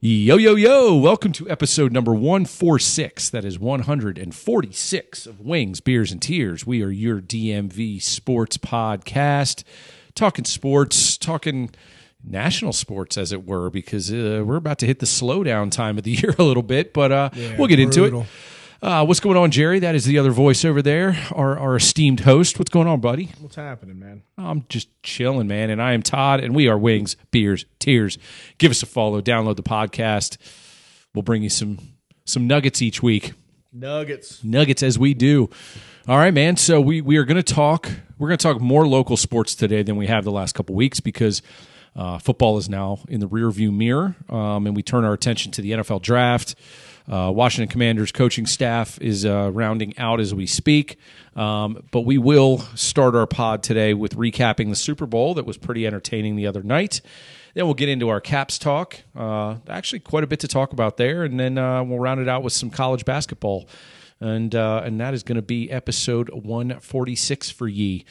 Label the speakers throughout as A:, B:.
A: Yo, yo, yo. Welcome to episode number 146. That is 146 of Wings, Beers, and Tears. We are your DMV sports podcast, talking sports, talking national sports, as it were, because uh, we're about to hit the slowdown time of the year a little bit, but uh, we'll get into
B: brutal.
A: it. Uh, what's going on, Jerry? That is the other voice over there, our, our esteemed host. What's going on, buddy?
B: What's happening, man?
A: I'm just chilling, man. And I am Todd, and we are Wings, Beers, Tears. Give us a follow, download the podcast. We'll bring you some some nuggets each week.
B: Nuggets.
A: Nuggets as we do. All right, man. So we we are going to talk. We're going to talk more local sports today than we have the last couple weeks because uh, football is now in the rearview mirror, um, and we turn our attention to the NFL draft. Uh, Washington Commanders coaching staff is uh, rounding out as we speak, um, but we will start our pod today with recapping the Super Bowl that was pretty entertaining the other night. Then we'll get into our caps talk. Uh, actually, quite a bit to talk about there, and then uh, we'll round it out with some college basketball and uh, and that is going to be episode 146 for ye.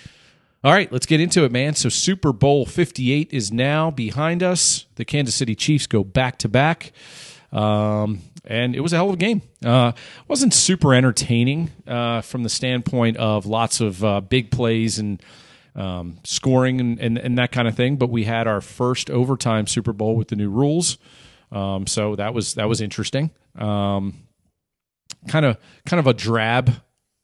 A: All right, let's get into it, man. So Super Bowl 58 is now behind us. The Kansas City Chiefs go back to back. Um, and it was a hell of a game. Uh, wasn't super entertaining uh, from the standpoint of lots of uh, big plays and um, scoring and, and, and that kind of thing. But we had our first overtime Super Bowl with the new rules, um, so that was that was interesting. Um, kind of kind of a drab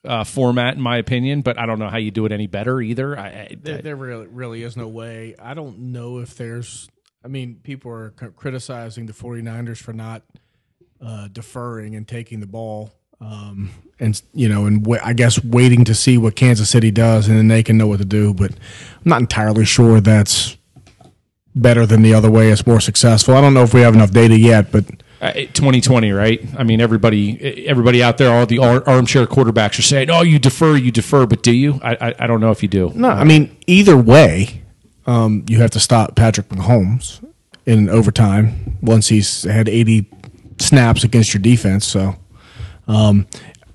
A: uh, format in my opinion, but I don't know how you do it any better either. I, I,
B: There, there really, really is no way. I don't know if there's. I mean, people are c- criticizing the 49ers for not uh, deferring and taking the ball. Um, and you know, and wa- I guess waiting to see what Kansas City does, and then they can know what to do. But I'm not entirely sure that's better than the other way. It's more successful. I don't know if we have enough data yet, but
A: I- 2020, right? I mean, everybody everybody out there, all the ar- armchair quarterbacks are saying, "Oh, you defer, you defer," but do you? I I, I don't know if you do.
B: No, I mean either way, um, you have to stop Patrick Mahomes in overtime once he's had 80 snaps against your defense. So um,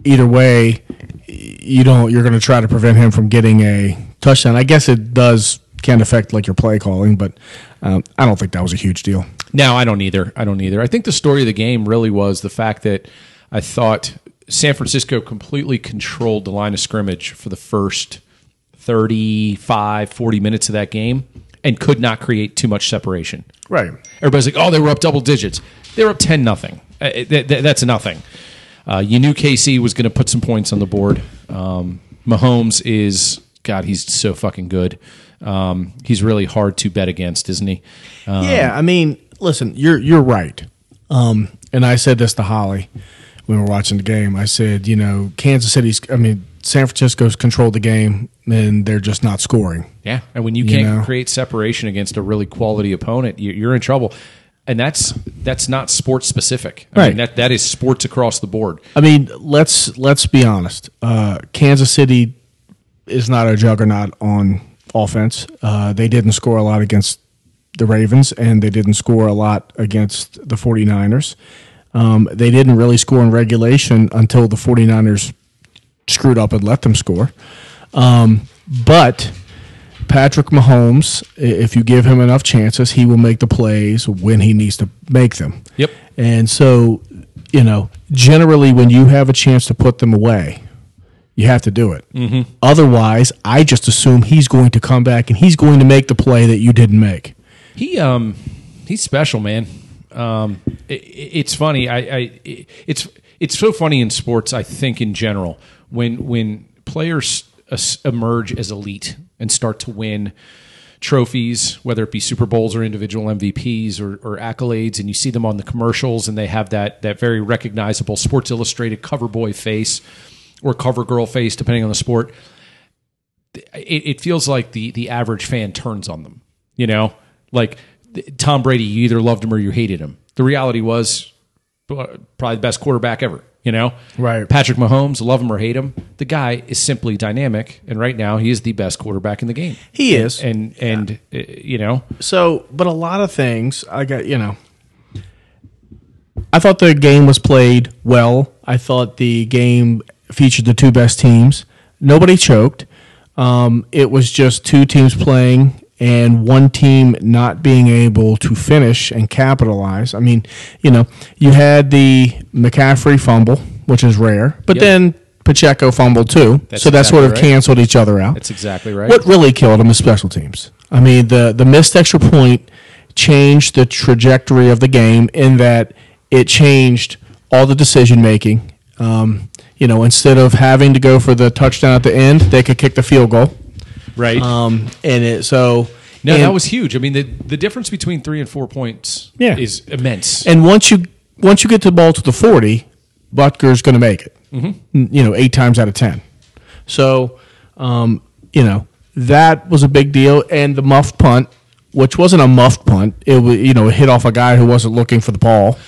B: either way, you don't. You're going to try to prevent him from getting a touchdown. I guess it does can affect like your play calling, but um, I don't think that was a huge deal.
A: No, I don't either. I don't either. I think the story of the game really was the fact that I thought San Francisco completely controlled the line of scrimmage for the first 35, 40 minutes of that game and could not create too much separation.
B: Right.
A: Everybody's like, oh, they were up double digits. They were up 10 nothing. Uh, th- th- that's nothing. Uh, you knew KC was going to put some points on the board. Um, Mahomes is, God, he's so fucking good. Um, he's really hard to bet against, isn't he?
B: yeah, I mean, listen, you're you're right. Um, and I said this to Holly when we were watching the game. I said, you know, Kansas City's, I mean, San Francisco's controlled the game, and they're just not scoring.
A: Yeah, and when you can't
B: know?
A: create separation against a really quality opponent, you- you're in trouble. And that's that's not sports specific. I mean,
B: Right.
A: that that is sports across the board.
B: I mean, let's let's be honest. Uh, Kansas City is not a juggernaut on offense. Uh, they didn't score a lot against the Ravens, and they didn't score a lot against the 49ers. Um, they didn't really score in regulation until the 49ers screwed up and let them score. Um, but Patrick Mahomes, i- if you give him enough chances, he will make the plays when he needs to make them.
A: Yep.
B: And so, you know, generally when you have a chance to put them away, you have to do it. Mm-hmm. Otherwise, I just assume he's going to come back and he's going to make the play that you didn't make.
A: He um he's special, man. Um, i i it's funny. I, I i it's it's so funny in sports. I think in general when when players es- emerge as elite and start to win trophies, whether it be Super Bowls or individual MVPs or, or accolades, and you see them on the commercials, and they have that that very recognizable Sports Illustrated cover boy face or cover girl face, depending on the sport it, it feels like the the average fan turns on them. You know, like th- Tom Brady, you either loved him or you hated him. The reality was uh, probably the best quarterback ever. You know,
B: Right.
A: Patrick Mahomes, love him or hate him, the guy is simply dynamic, and right now he is the best quarterback in the game.
B: He is.
A: and and uh, you know,
B: So, but a lot of things I got, you know, I thought the game was played well. I thought the game featured the two best teams. Nobody choked. Um, it was just two teams playing and one team not being able to finish and capitalize. I mean, you know, you had the McCaffrey fumble, which is rare, but
A: Yep.
B: then Pacheco fumbled too.
A: That's
B: so that
A: exactly
B: sort of
A: right.
B: canceled each other out.
A: That's exactly right.
B: What really killed him is special teams. I mean, the the missed extra point changed the trajectory of the game in that it changed all the decision making. Um, you know, instead of having to go for the touchdown at the end, they could kick the field goal.
A: Right.
B: Um, and it so
A: no,
B: and,
A: that was huge. I mean, the, the difference between three and four points
B: Yeah.
A: is immense.
B: and once you once you get the ball to the forty, Butker's going to make it. N- You know, eight times out of ten. So, um, you know that was a big deal, and the muff punt, which wasn't a muff punt, it was you know it hit off a guy who wasn't looking for the ball.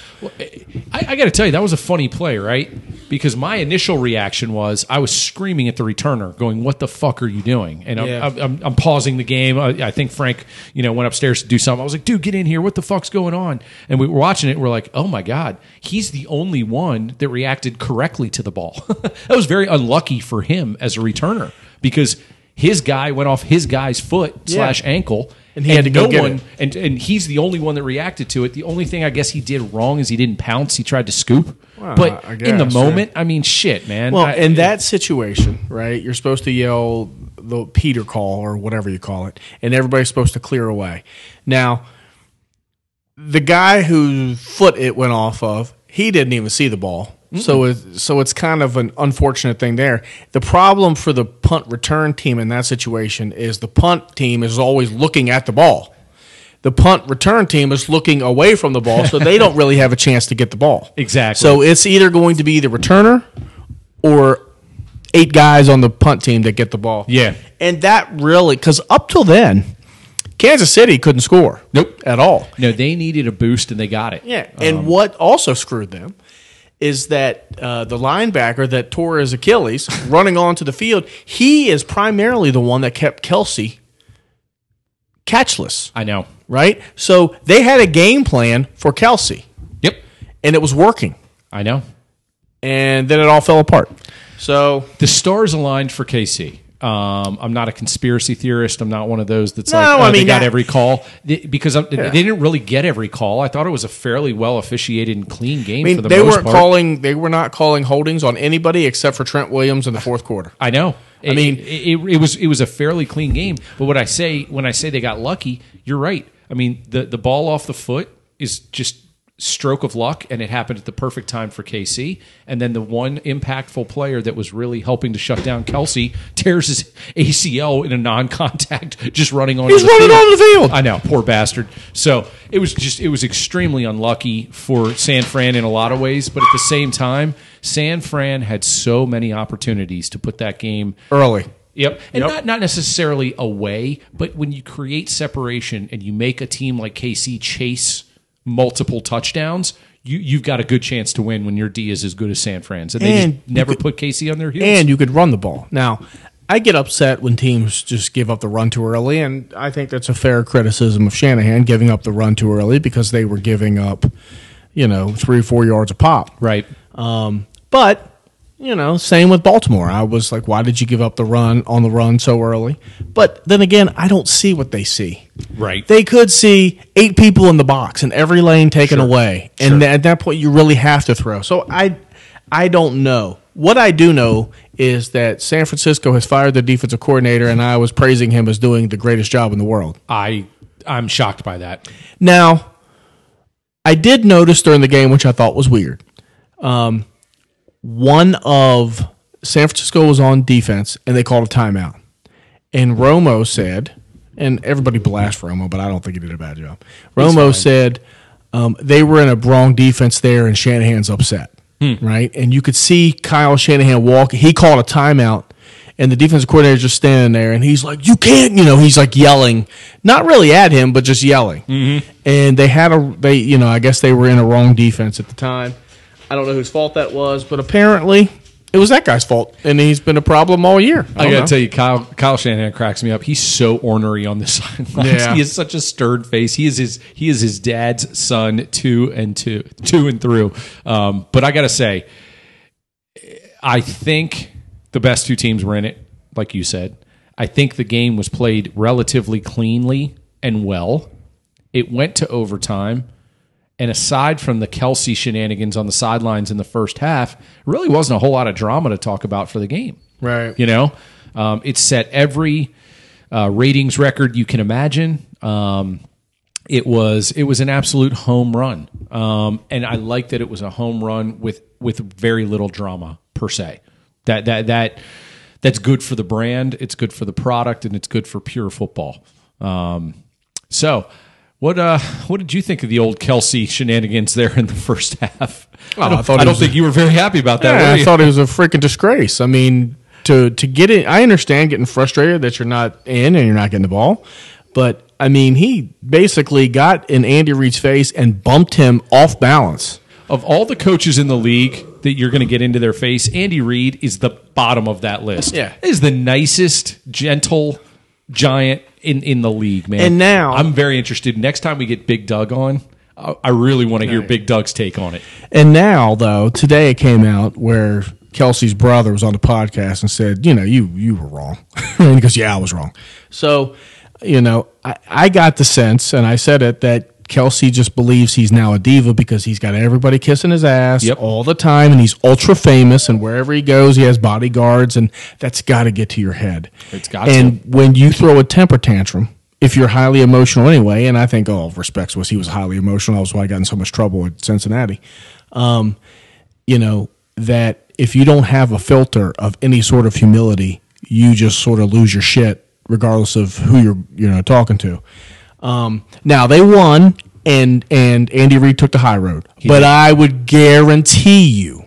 A: I, I got to tell you, that was a funny play, right? Because my initial reaction was I was screaming at the returner, going, "What the fuck are you doing?" And I'm,
B: Yeah.
A: I'm, I'm, I'm pausing the game. I, I think Frank, you know, went upstairs to do something. I was like, "Dude, get in here! What the fuck's going on?" And we were watching it. We're like, "Oh my god, he's the only one that reacted correctly to the ball." that was very unlucky for him as a returner because his guy went off his guy's foot slash ankle.
B: And he had to go
A: no
B: get
A: one
B: it.
A: and and he's the only one that reacted to it. The only thing I guess he did wrong is he didn't pounce. He tried to scoop. but
B: I
A: in the
B: guess,
A: moment, I mean, shit, man.
B: Well,
A: I-
B: in that situation, right, you're supposed to yell the Peter call or whatever you call it, and everybody's supposed to clear away. Now, the guy whose foot it went off of, he didn't even see the ball. So, it's, so it's kind of an unfortunate thing there. The problem for the punt return team in that situation is the punt team is always looking at the ball. The punt return team is looking away from the ball, so they don't really have a chance to get the ball.
A: Exactly.
B: So it's either going to be the returner or eight guys on the punt team that get the ball.
A: Yeah.
B: And that really, because up till then, Kansas City couldn't score.
A: Nope. Um,
B: At all.
A: no, they needed a boost and they got it.
B: Yeah. And what also screwed them is that uh, the linebacker that tore his Achilles running onto the field, he is primarily the one that kept Kelsey catchless,
A: I know.
B: right? So they had a game plan for Kelsey,
A: Yep,
B: and it was working.
A: I know.
B: And then it all fell apart. So
A: The stars aligned for KC. Um, I'm not a conspiracy theorist. I'm not one of those that's
B: No,
A: like, oh,
B: I
A: they
B: mean,
A: got
B: I-
A: every call They- because I'm, they didn't really get every call. I thought it was a fairly well officiated and clean game
B: I mean,
A: for the
B: they
A: most
B: weren't
A: part.
B: calling. They were not calling holdings on anybody except for Trent Williams in the fourth quarter.
A: I know. I
B: mean-
A: it, it, it was it was a fairly clean game. But what I say when I say they got lucky, you're right. I mean, the the ball off the foot is just stroke of luck, and it happened at the perfect time for KC. And then the one impactful player that was really helping to shut down Kelsey tears his ACL in a non-contact, just running on.
B: He's
A: the
B: running
A: field.
B: onto the field.
A: I know, poor bastard. So it was just it was extremely unlucky for San Fran in a lot of ways, but at the same time, San Fran had so many opportunities to put that game
B: Early.
A: Yep. And
B: Yep.
A: Not, not necessarily away, but when you create separation and you make a team like KC chase multiple touchdowns, you, you've got a good chance to win when your D is as good as San Fran's. And they
B: And
A: just never put KC on their heels.
B: and you could run the ball. Now, I get upset when teams just give up the run too early, and I think that's a fair criticism of Shanahan giving up the run too early because they were giving up, you know, three four yards a pop.
A: right.
B: Um, but you know, same with Baltimore. I was like, why did you give up the run on the run so early? But then again, I don't see what they see.
A: Right.
B: They could see eight people in the box and every lane taken away, and th- at that point, you really have to throw. So I, I don't know. What I do know is that San Francisco has fired their defensive coordinator, and I was praising him as doing the greatest job in the world.
A: I, I'm shocked by that.
B: Now, I did notice during the game, which I thought was weird. Um, one of San Francisco was on defense, and they called a timeout. And Romo said, and everybody blasts Romo, but I don't think he did a bad job. Romo said um, they were in a wrong defense there, and Shanahan's upset, right? And you could see Kyle Shanahan walk. He called a timeout. And the defensive coordinator's just standing there, and he's like, "You can't," you know. He's like yelling, not really at him, but just yelling. And they had a, they, you know, I guess they were in a wrong defense at the time. I don't know whose fault that was, but apparently it was that guy's fault, and he's been a problem all year.
A: I,
B: don't
A: gotta
B: know.
A: tell you, Kyle Kyle Shanahan cracks me up. He's so ornery on the sidelines.
B: Yeah.
A: He is such a stern face. He is his he is his dad's son two and two two and through. Um, but I gotta say, I think the best two teams were in it, like you said. I think the game was played relatively cleanly and well. It went to overtime. And aside from the Kelsey shenanigans on the sidelines in the first half, really wasn't a whole lot of drama to talk about for the game.
B: Right.
A: You know, um, it set every uh, ratings record you can imagine. Um, it was it was an absolute home run, um, and I like that it was a home run with with very little drama per se. That that that that's good for the brand. It's good for the product, and it's good for pure football. Um, so. What uh, what did you think of the old Kelsey shenanigans there in the first half? I don't,
B: Oh, I
A: I
B: thought it
A: don't
B: was
A: think you were very happy about that.
B: Yeah,
A: were
B: I
A: you?
B: thought it was a freaking disgrace. I mean, to to get it, I understand getting frustrated that you're not in and you're not getting the ball, but I mean, he basically got in Andy Reid's face and bumped him off balance.
A: of all the coaches in the league that you're going to get into their face, Andy Reid is the bottom of that list.
B: Yeah.
A: is the nicest, gentle giant in in the league, man.
B: And now-
A: I'm very interested. Next time we get Big Doug on, I, I really want to hear Big Doug's take on it.
B: And now, though, today it came out where Kelsey's brother was on the podcast and said, "You know, you you were wrong." and he goes, "Yeah, I was wrong." So, you know, I, I got the sense, and I said it that Kelsey just believes he's now a diva because he's got everybody kissing his ass
A: Yep.
B: all the time, and he's ultra famous, and wherever he goes, he has bodyguards, and that's got to get to your head.
A: It's got
B: and when you throw a temper tantrum. If you're highly emotional anyway, and I think all respects was he was highly emotional. That was why I got in so much trouble at Cincinnati you know, that if you don't have a filter of any sort of humility, you just sort of lose your shit, regardless of who you're you know talking to. Um, now they won, and and Andy Reid took the high road, but I would guarantee you,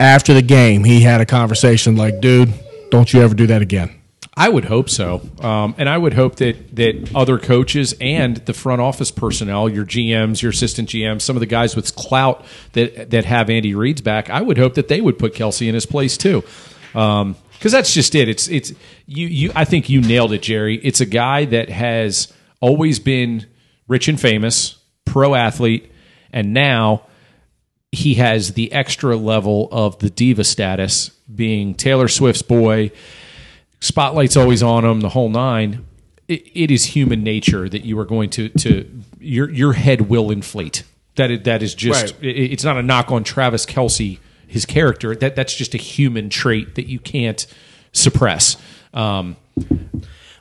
B: after the game, he had a conversation like, "Dude, don't you ever do that again."
A: I would hope so, um, and I would hope that that other coaches and the front office personnel, your GMs, your assistant GMs, some of the guys with clout that that have Andy Reid's back, I would hope that they would put Kelsey in his place too, because that's just it. It's it's you you. I think you nailed it, Jerry. It's a guy that has always been rich and famous, pro athlete, and now he has the extra level of the diva status, being Taylor Swift's boy spotlight's always on him, the whole nine. It, it is human nature that you are going to to your your head will inflate. That is, that is just
B: Right.
A: it- it's not a knock on Travis Kelsey his character. That that's just a human trait that you can't suppress. Um,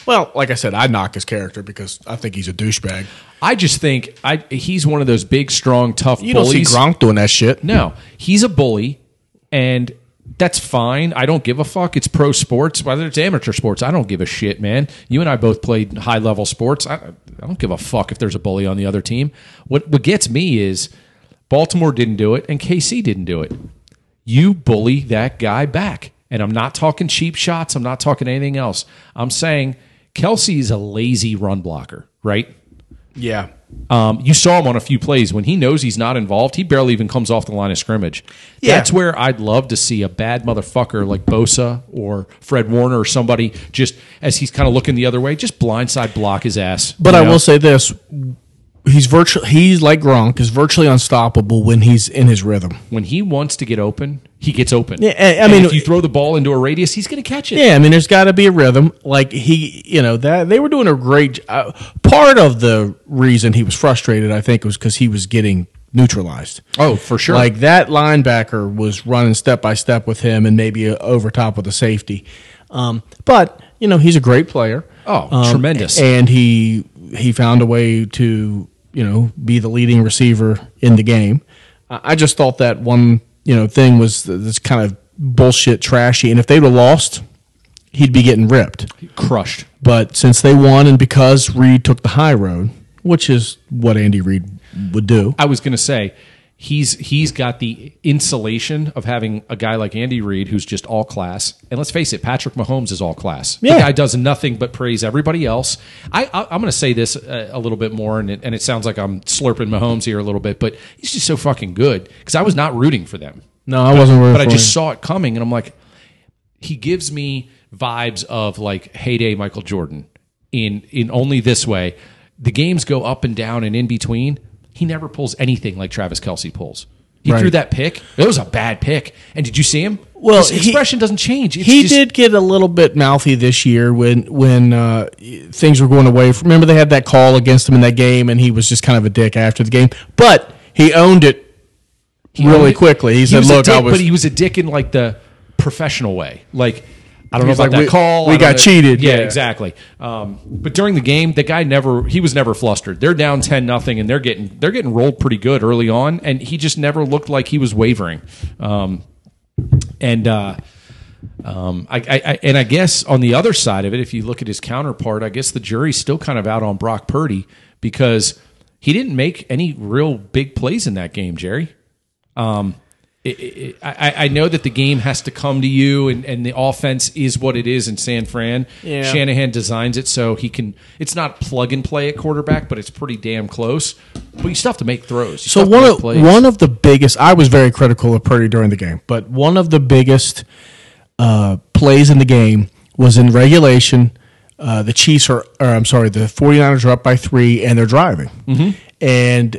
B: Well, like I said, I knock his character because I think he's a douchebag.
A: I just think I he's one of those big, strong, tough
B: You don't
A: bullies.
B: see Gronk doing that shit.
A: No, he's a bully, and that's fine. I don't give a fuck. It's pro sports, whether it's amateur sports. I don't give a shit, man. You and I both played high level sports. I, I don't give a fuck if there's a bully on the other team. What what gets me is Baltimore didn't do it and KC didn't do it. You bully that guy back. And I'm not talking cheap shots. I'm not talking anything else. I'm saying Kelsey is a lazy run blocker, right?
B: Yeah,
A: Um, you saw him on a few plays when he knows he's not involved. He barely even comes off the line of scrimmage.
B: Yeah.
A: That's where I'd love to see a bad motherfucker like Bosa or Fred Warner or somebody just as he's kind of looking the other way, just blindside block his ass.
B: But
A: you
B: I
A: know?
B: will say this: he's virtually he's like Gronk is virtually unstoppable when he's in his rhythm.
A: when he wants to get open, he gets open.
B: Yeah, I- I
A: And
B: mean-
A: if you throw the ball into a radius, he's going to catch it.
B: Yeah, I mean, there's got to be a rhythm. Like he, you know, that they were doing a great. Uh, part of the reason he was frustrated, I think, was because he was getting neutralized.
A: Oh, for sure.
B: Like that linebacker was running step by step with him, and maybe uh, over top with the safety. Um, but you know, he's a great player.
A: Oh,
B: Um,
A: tremendous.
B: And he he found a way to you know be the leading receiver in the game. I I just thought that one you know thing was th- this kind of bullshit trashy. And if they'd have lost, he'd be getting ripped.
A: Crushed.
B: But since they won, and because Reed took the high road, which is what Andy Reed would do.
A: I was going to say he's he's got the insulation of having a guy like Andy Reid who's just all class. And let's face it, Patrick Mahomes is all class.
B: Yeah.
A: The guy does nothing but praise everybody else. I, I I'm going to say this uh, a, a little bit more, and it, and it sounds like I'm slurping Mahomes here a little bit, but he's just so fucking good because I was not rooting for them
B: No, I wasn't worried.
A: but I
B: for
A: just
B: him.
A: saw it coming, and I'm like, he gives me vibes of like heyday Michael Jordan in in only this way. The games go up and down and in between. He never pulls anything like Travis Kelsey pulls. He
B: Right.
A: threw that pick. It was a bad pick. And did you see him?
B: Well,
A: His
B: he-
A: expression doesn't change. It's
B: he
A: just-
B: did get a little bit mouthy this year when when uh, things were going away. Remember they had that call against him in that game, and he was just kind of a dick after the game. But he owned it really
A: owned it.
B: quickly. He, said,
A: was a
B: "Look,
A: dick,
B: I was."
A: but he was a dick in like the professional way. Like I don't
B: He
A: know
B: was
A: about
B: like,
A: that
B: "We-
A: call.
B: we
A: I don't
B: got
A: know."
B: cheated.
A: Yeah,
B: Yeah.
A: exactly. Um, but during the game, the guy never he was never flustered. They're down ten nothing, and they're getting they're getting rolled pretty good early on, and he just never looked like he was wavering. Um, and uh, um, I, I, I and I guess on the other side of it, if you look at his counterpart, I guess the jury's still kind of out on Brock Purdy because he didn't make any real big plays in that game, Jerry. Um, it, it, I, I know that the game has to come to you, and, and the offense is what it is in San Fran.
B: Yeah.
A: Shanahan designs it so he can. It's not plug and play at quarterback, but it's pretty damn close. But you still have to make throws. You still
B: so
A: have to
B: one
A: make
B: of
A: plays.
B: one of the biggest. I was very critical of Purdy during the game, but one of the biggest uh, plays in the game was in regulation. Uh, the Chiefs are, or I'm sorry, the 49ers are up by three and they're driving. And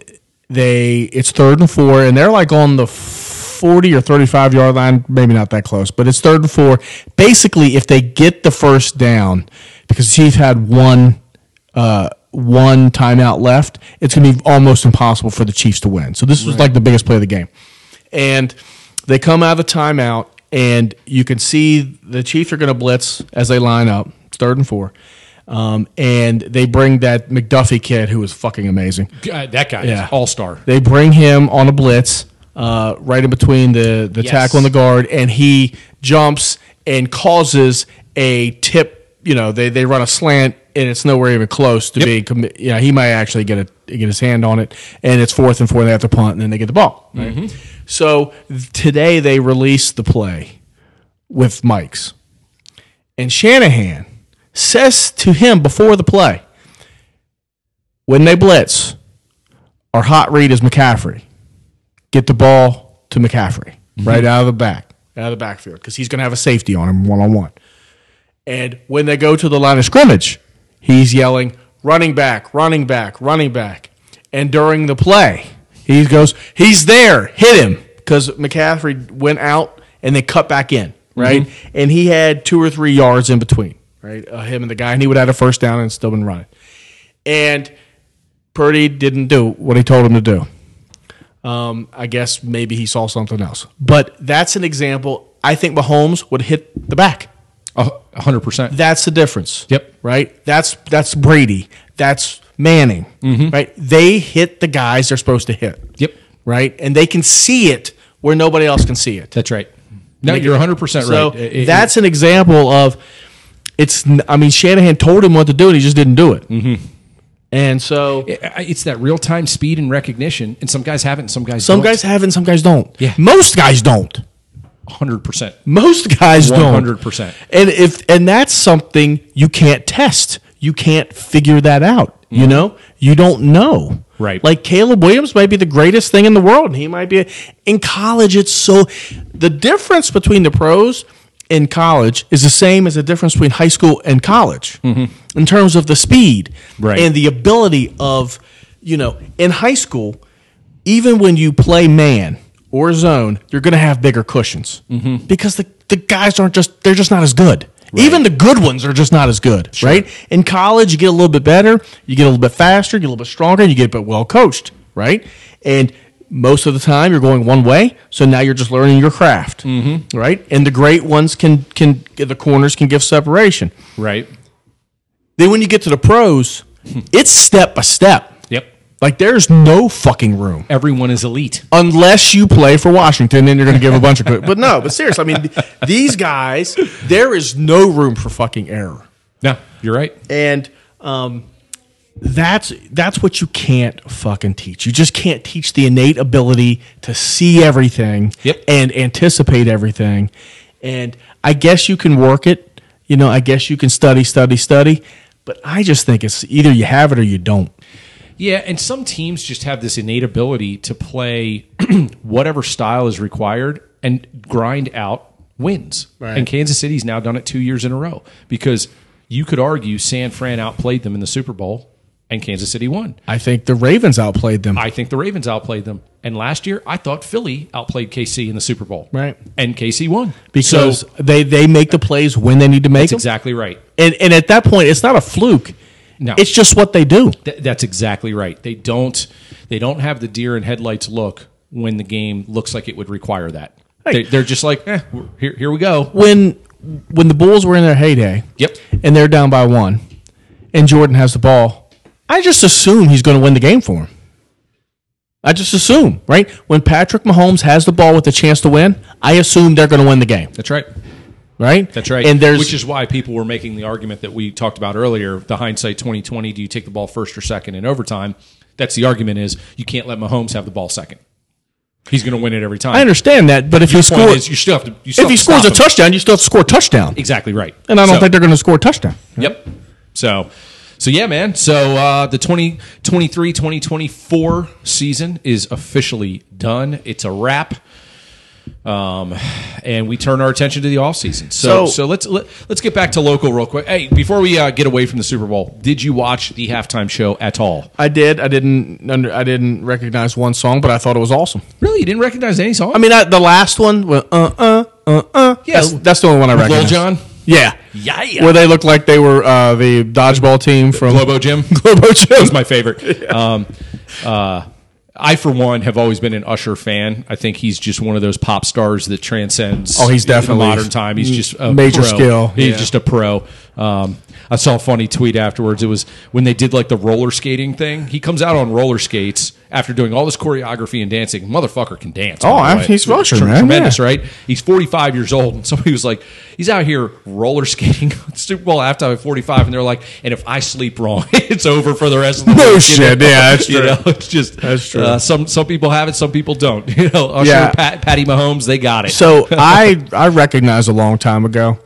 B: they, it's third and four, and they're like on the 40 or 35 yard line, maybe not that close, but it's third and four. Basically, if they get the first down, because the Chiefs had one, uh, one timeout left, it's going to be almost impossible for the Chiefs to win. So this was like the biggest play of the game and they come out of the timeout, and you can see the Chiefs are going to blitz as they line up, It's third and four, um, and they bring that McDuffie kid who is fucking amazing.
A: God, that guy
B: Yeah.
A: is all star.
B: They bring him on a blitz, uh, right in between the the
A: Yes.
B: tackle and the guard, and he jumps and causes a tip. You know, they, they run a slant, and it's nowhere even close to being. Commi- yeah, he might actually get a get his hand on it, and it's fourth and four. And they have to punt, and then they get the ball. right? So th- today they released the play with Mike's, and Shanahan says to him before the play, when they blitz, our hot read is McCaffrey. Get the ball to McCaffrey right out of the back, out of the backfield, because he's going to have a safety on him one on one. And when they go to the line of scrimmage, he's yelling, running back, running back, running back. And during the play, he goes, he's there, hit him, because McCaffrey went out and they cut back in, right? And he had two or three yards in between, right? Uh, him and the guy, and he would have had a first down and still been running. And Purdy didn't do what he told him to do. Um, I guess maybe he saw something else. But that's an example. I think Mahomes would hit the back.
A: A hundred percent.
B: That's the difference.
A: Yep.
B: Right? That's that's Brady. That's Manning. Right? They hit the guys they're supposed to hit.
A: Mm-hmm. Yep.
B: Right? And they can see it where nobody else can see it.
A: That's right. No, you're 100 percent
B: So
A: right. It- it-
B: that's an example of it's n- I mean Shanahan told him what to do and he just didn't do it. Mm-hmm. And so
A: I- it's that real time speed and recognition, and some guys have it, and some guys
B: some
A: don't.
B: guys have it and some guys don't.
A: Yeah.
B: Most guys don't.
A: 100 percent.
B: Most guys do don't.
A: 100%.
B: And if and that's something you can't test. You can't figure that out. You know, you don't know.
A: Mm-hmm. Right.
B: Like Caleb Williams might be the greatest thing in the world, and he might be in college. It's so the difference between the pros in college is the same as the difference between high school and college in terms of the speed
A: Mm-hmm. Right.
B: and the ability of you know in high school even when you play man or zone, you're going to have bigger cushions because the, the guys aren't just, they're just not as good. Even the good ones are just not as good, right? In college, you get a little bit better, you get a little bit faster, you get a little bit stronger, and you get a bit well coached, right? And most of the time, you're going one way, so now you're just learning your craft, right? And the great ones can can the corners can give separation.
A: Right.
B: Then when you get to the pros, it's step by step.
A: Yep.
B: Like there's no fucking room
A: Everyone is elite.
B: unless you play for Washington, then you're going to give a bunch of. credit. But no, but seriously, I mean, th- these guys, there is no room for fucking error,
A: No, you're right.
B: and um, that's that's what you can't fucking teach. You just can't teach the innate ability to see everything
A: Yep.
B: and anticipate everything, and I guess you can work it. You know, I guess you can study, study, study, but I just think it's either you have it or you don't.
A: Yeah, and some teams just have this innate ability to play whatever style is required and grind out wins.
B: Right.
A: And Kansas City's now done it two years in a row because you could argue San Fran outplayed them in the Super Bowl and Kansas City won.
B: I think the Ravens outplayed them.
A: I think the Ravens outplayed them. And last year, I thought Philly outplayed KC in the Super Bowl.
B: Right.
A: And KC won.
B: because
A: So,
B: they, they make the plays when they need to
A: that's
B: make them.
A: exactly right.
B: And, and at that point, it's not a fluke.
A: No.
B: It's just what they do.
A: Th- that's exactly right. They don't they don't have the deer in headlights look when the game looks like it would require that. They, they're just like, eh, we're- here, here we go.
B: When when the Bulls were in their heyday,
A: Yep.
B: and they're down by one, and Jordan has the ball, I just assume he's going to win the game for him. I just assume, right? When Patrick Mahomes has the ball with a chance to win, I assume they're going to win the game,
A: That's right.
B: right?
A: That's right.
B: And there's
A: which is why people were making the argument that we talked about earlier, the hindsight 2020, do you take the ball first or second in overtime? That's the argument is you can't let Mahomes have the ball second. He's going to win it every time.
B: I understand that, but if he
A: The point
B: scores
A: is you still have to you still
B: if he
A: have to stop
B: scores a
A: him.
B: touchdown, you still have to score a touchdown,
A: Exactly right.
B: and I don't
A: So-
B: think they're going to score a touchdown.
A: Yep. So, so yeah, man. So uh, the 2023 2024 season is officially done. It's a wrap. Um, and we turn our attention to the offseason. So, so,
B: So-
A: let's let, let's get back to local real quick. Hey, before we uh, get away from the Super Bowl, did you watch the halftime show at all?
B: I did. I didn't. Under, I didn't recognize one song, but I thought it was awesome.
A: Really, you didn't recognize any song?
B: I mean, I, the last one, well, uh, uh, uh, uh.
A: Yeah.
B: That's, that's the only one I
A: Lil
B: recognized.
A: Jon?
B: Yeah.
A: Yeah, oh, yeah.
B: Where they looked like they were uh, the dodgeball team from
A: Lobo Jim.
B: Globo
A: was my favorite. Um, uh, I, for one, have always been an Usher fan. I think he's just one of those pop stars that transcends.
B: Oh, he's
A: the
B: definitely
A: modern time. He's just a
B: major
A: pro.
B: skill.
A: He's
B: Yeah.
A: just a pro. Um, I saw a funny tweet afterwards. It was when they did like the roller skating thing. He comes out on roller skates after doing all this choreography and dancing. Motherfucker can dance. by
B: Oh,
A: the
B: I'm-
A: way.
B: he's Usher, man.
A: Tremendous,
B: Yeah.
A: right? He's 45 years old, and somebody was like, "He's out here roller skating on Super Bowl halftime at 45," and they're like, "And if I sleep wrong, it's over for the rest of the
B: No
A: week," you
B: shit.
A: know?
B: Yeah, that's
A: You
B: true.
A: know, it's just
B: That's true.
A: Uh, some some people have it, some people don't. You know, Usher,
B: Yeah.
A: Pat, Patty Mahomes, they got it.
B: So I I recognized a long time ago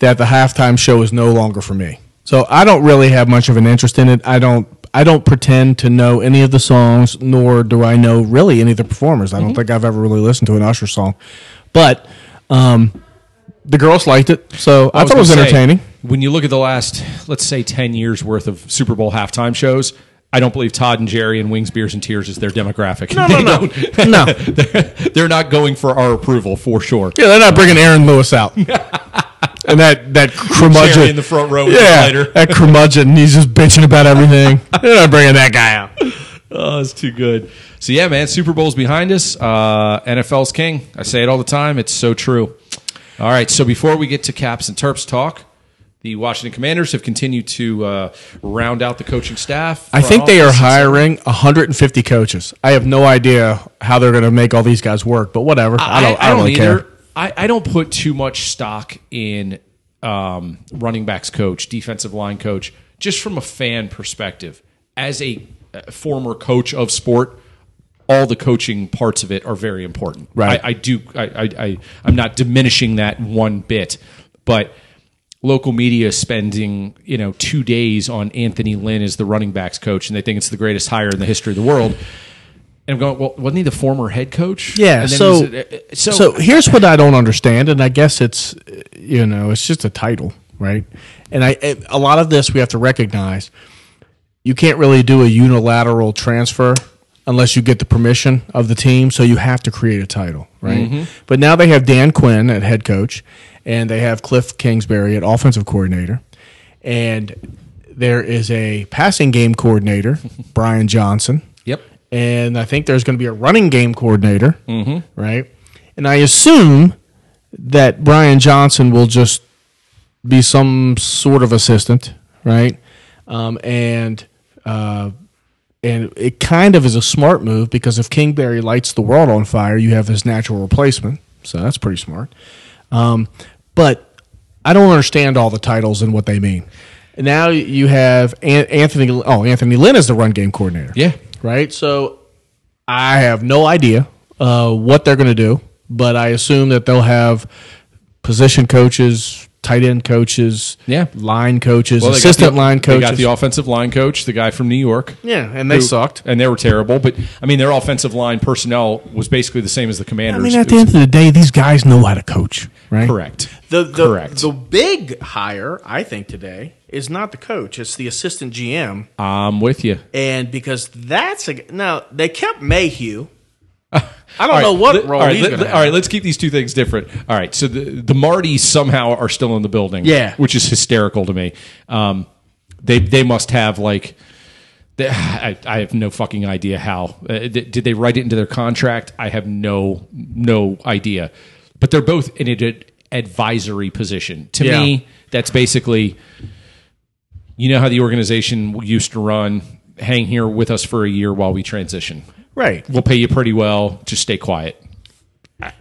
B: that the halftime show is no longer for me. So I don't really have much of an interest in it. I don't I don't pretend to know any of the songs, nor do I know really any of the performers. I don't think I've ever really listened to an Usher song, but um, the girls liked it, so I, thought it was
A: gonna say,
B: entertaining.
A: when you look at the last, let's say, 10 years worth of Super Bowl halftime shows, I don't believe Todd and Jerry and Wings, Beers, and Tears is their demographic. No,
B: no, no. No.
A: they're, they're not going for our approval for sure.
B: Yeah, they're not bringing Aaron Lewis out. And that that curmudgeon
A: Jerry in the front row with
B: yeah,
A: the lighter.
B: that curmudgeon. He's just bitching about everything. They're not bringing that guy out.
A: Oh, it's too good. So yeah, man, Super Bowl's behind us. Uh, NFL's king. I say it all the time. It's so true. All right. So before we get to Caps and Terps talk, the Washington Commanders have continued to uh, round out the coaching staff.
B: I think they are
A: Front office.
B: hiring 150 coaches. I have no idea how they're going to make all these guys work, but whatever. I, don't. I, don't, really care.
A: I, I don't put too much stock in um, running backs coach, defensive line coach, just from a fan perspective. As a uh, former coach of sport, all the coaching parts of it are very important.
B: Right.
A: I, I do. I, I, I I'm not diminishing that one bit, but local media spending you know two days on Anthony Lynn as the running backs coach, and they think it's the greatest hire in the history of the world. And I'm going, well, wasn't he the former head coach?
B: Yeah,
A: And then
B: so-
A: he's a- a- uh, so,
B: So here's what I don't understand, and I guess it's uh, you know it's just a title, right? And I and a lot of this we have to recognize. You can't really do a unilateral transfer unless you get the permission of the team, so you have to create a title, right?
A: Mm-hmm.
B: But now they have Dan Quinn at head coach, and they have Cliff Kingsbury at offensive coordinator, and there is a passing game coordinator, Brian Johnson
A: yep.
B: and I think there's going to be a running game coordinator, right? And I assume that Brian Johnson will just be some sort of assistant, right? Um, and uh, and it kind of is a smart move because if Kingberry lights the world on fire, you have his natural replacement, so that's pretty smart. Um, but I don't understand all the titles and what they mean. Now you have An- Anthony. Oh, Anthony Lynn is the run game coordinator
A: Yeah.
B: right? So I have no idea uh, what they're going to do, but I assume that they'll have position coaches, tight end coaches,
A: Yeah.
B: line coaches,
A: Well, they got
B: assistant
A: the-
B: line coaches.
A: They got the offensive line coach, the guy from New York.
B: yeah, and they
A: who-
B: sucked.
A: and they were terrible. But I mean, their offensive line personnel was basically the same as the
B: I
A: Commanders.
B: mean, at
A: It
B: the end of the day, these guys know how to coach, right?
A: was correct.
C: The, the,
A: Correct.
C: The big hire, I think, today is not the coach; it's the assistant GM,
A: I'm with you.
C: and because that's a now they kept Mayhew. I don't
A: All
C: know
A: right,
C: what
A: let-
C: role
A: all right,
C: he's
A: let-
C: gonna
A: all right,
C: have.
A: let's keep these two things different. All right, so the the Martys somehow are still in the building,
C: Yeah.
A: which is hysterical to me. Um, they they must have like. they- I, I have no fucking idea how. Uh, th- did they write it into their contract? I have no no idea. But they're both in an ad- advisory position. To
C: Yeah.
A: me, that's basically you know how the organization used to run. Hang here with us for a year while we transition
B: Right.
A: we'll pay you pretty well. Just stay quiet. I-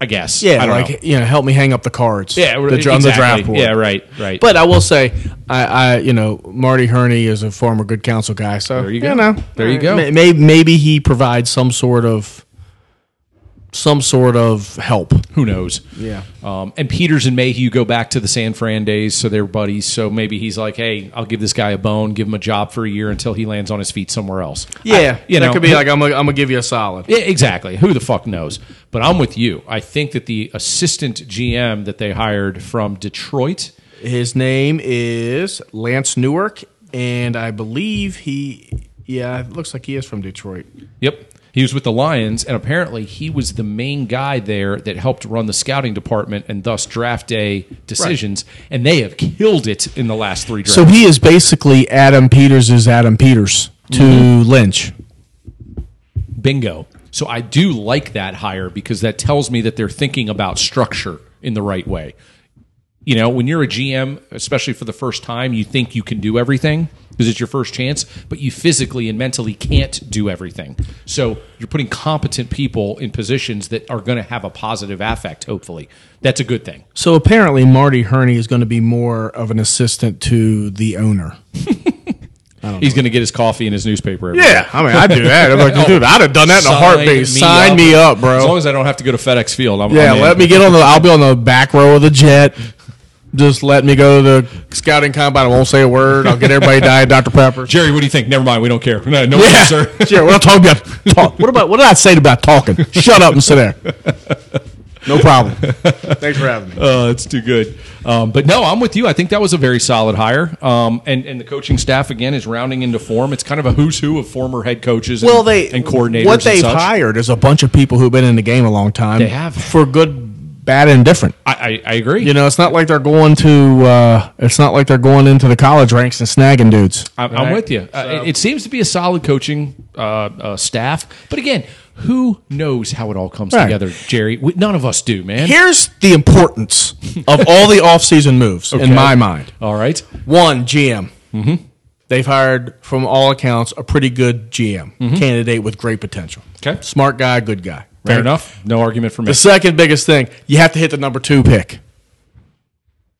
A: I guess.
B: Yeah,
A: I don't
B: like
A: know.
B: you know, help me hang up the cards.
A: yeah,
B: the, dr- on the
A: exactly.
B: draft board.
A: Yeah, right, right.
B: But I will say, I, I you know Marty Herney is a former good counsel guy, so there
A: you go.
B: know,
A: There you go.
B: Maybe, maybe he provides some sort of some sort of help.
A: who knows?
B: Yeah.
A: Um, and Peters and Mayhew go back to the San Fran days, so they're buddies. So maybe he's like, "Hey, I'll give this guy a bone, give him a job for a year until he lands on his feet somewhere else."
B: Yeah,
A: I- you
B: that
A: know,
B: could be like I'm gonna, I'm gonna give you a solid.
A: Yeah, exactly. Who the fuck knows? But I'm with you. I think that the assistant GM that they hired from Detroit,
B: His name is Lance Newark, and I believe he, yeah, it looks like he is from Detroit.
A: Yep. He was with the Lions, and apparently he was the main guy there that helped run the scouting department and thus draft day decisions. And they have killed it in the last three drafts.
B: So he is basically Adam Peters is Adam Peters to
A: Mm-hmm.
B: Lynch.
A: Bingo. So I do like that hire because that tells me that they're thinking about structure in the right way. You know, when you're a GM, especially for the first time, you think you can do everything because it's your first chance, but you physically and mentally can't do everything. So you're putting competent people in positions that are going to have a positive affect, hopefully. That's a good thing.
B: So apparently, Marty Herney is going to be more of an assistant to the owner.
A: He's going to get his coffee and his newspaper. Every day.
B: Yeah, I mean, I'd do that. I'm like, dude, I'd have done that in a heartbeat. Sign me up,
A: As
B: bro.
A: long as I don't have to go to FedEx Field, I'm
B: yeah,
A: I'm in.
B: let me get on the. I'll be on the back row of the jet. Just let me go to the scouting combine. I won't say a word. I'll get everybody diet Dr Pepper.
A: Jerry, what do you think? Never mind. We don't care. No, no
B: yeah,
A: sir.
B: sure. We're not talking about talk. What about what did I say about talking? Shut up and sit there. No problem. Thanks for having me.
A: Uh, it's too good. Um, but no, I'm with you. I think that was a very solid hire. Um, and, and the coaching staff, again, is rounding into form. It's kind of a who's who of former head coaches and,
B: well, they
A: and coordinators
B: What they've
A: and such.
B: hired is a bunch of people who've been in the game a long time.
A: They have.
B: for good, bad, and different.
A: I, I, I agree.
B: You know, it's not like they're going to. Uh, it's not like they're going into the college ranks and snagging dudes.
A: I'm, I'm with you. Uh, it, it seems to be a solid coaching uh, uh, staff. But again, who knows how it all comes
B: Right.
A: together, Jerry? We, none of us do, man.
B: Here's the importance of all the offseason moves in my mind.
A: all right.
B: One GM. Mm-hmm. They've hired, from all accounts, a pretty good GM
A: Mm-hmm.
B: candidate with great potential.
A: Okay.
B: smart guy, good guy.
A: Fair
B: right?
A: enough. No argument for me.
B: The second biggest thing, you have to hit the number two pick.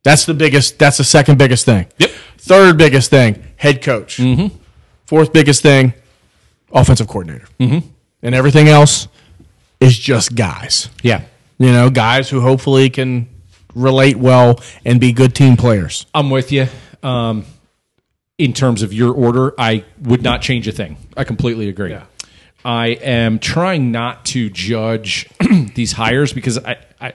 B: That's the biggest. That's the second biggest thing.
A: Yep.
B: Third biggest thing, head coach. Mm-hmm. Fourth biggest thing, offensive coordinator. Mm-hmm. And everything else is just guys.
A: yeah.
B: You know, guys who hopefully can relate well and be good team players.
A: I'm with you. Um, in terms of your order, I would not change a thing. I completely agree. I am trying not to judge these hires because I, I,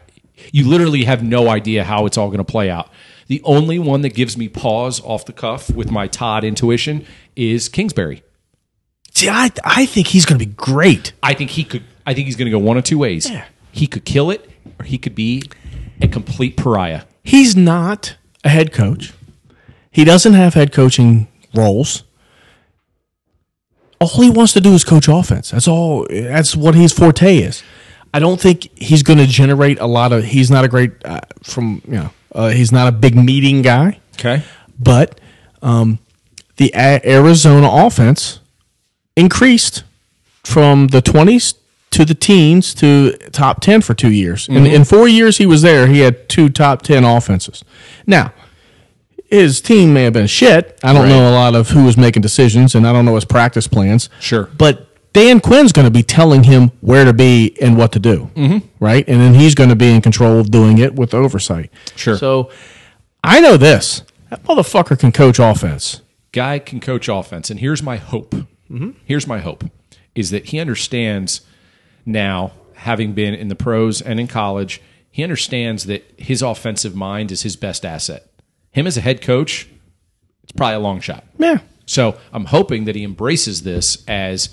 A: you literally have no idea how it's all going to play out. The only one that gives me pause off the cuff with my Todd intuition is Kingsbury.
B: See, I I think he's going to be great.
A: I think he could. I think he's going to go one of two ways.
B: Yeah.
A: He could kill it, or he could be a complete pariah.
B: He's not a head coach. He doesn't have head coaching roles. All he wants to do is coach offense. That's all. That's what his forte is. I don't think he's going to generate a lot of. He's not a great uh, from you know. Uh, he's not a big meeting guy,
A: Okay.
B: but um, the A- Arizona offense increased from the twenties to the teens to top ten for two years. In,
A: Mm-hmm.
B: in four years he was there, he had two top ten offenses. Now, his team may have been shit. I don't know a lot of who was making decisions, and I don't know his practice plans.
A: Sure.
B: but Dan Quinn's going to be telling him where to be and what to do, mm-hmm. right? And then he's going to be in control of doing it with oversight.
A: Sure.
B: So I know this. That motherfucker can coach offense.
A: guy can coach offense and here's my hope here's my hope is that he understands now having been in the pros and in college he understands that his offensive mind is his best asset him as a head coach it's probably a long shot
B: Yeah.
A: so i'm hoping that he embraces this as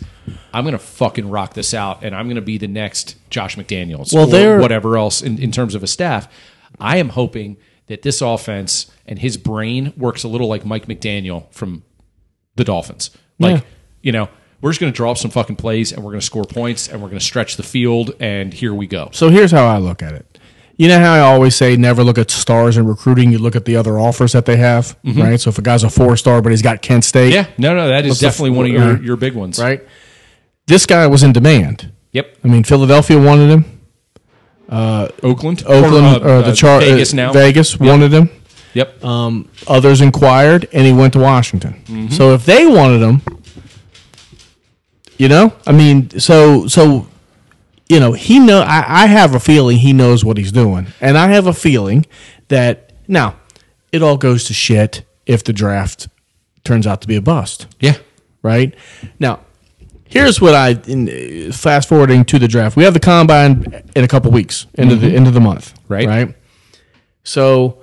A: i'm gonna fucking rock this out and i'm gonna be the next josh mcdaniels
B: Well,
A: or
B: they're-
A: whatever else in, in terms of a staff i am hoping that this offense and his brain works a little like mike mcdaniel from the Dolphins. Like,
B: Yeah.
A: you know, we're just going to draw up some fucking plays and we're going to score points and we're going to stretch the field and here we go.
B: So here's how I look at it. You know how I always say never look at stars in recruiting. You look at the other offers that they have, right? So if a guy's a four star, but he's got Kent State,
A: Mm-hmm. Yeah, no, no, that is
B: the-
A: definitely one of
B: uh,
A: your, your big ones.
B: right? This guy was in demand.
A: Yep.
B: I mean, Philadelphia wanted him.
A: Oakland,
B: Oakland
A: Or,
B: or,
A: uh,
B: the
A: uh,
B: Char-
A: Vegas now.
B: Vegas wanted him.
A: Yep.
B: Um, others inquired, and he went to Washington. So if they wanted him, you know, I mean, so so, you know, he know. I, I have a feeling he knows what he's doing, and I have a feeling that now it all goes to shit if the draft turns out to be a bust
A: yeah.
B: right? Now, here's what I in, fast forwarding to the draft. We have the combine in a couple weeks, end of the end of the month,
A: Mm-hmm. Right.
B: Right. So,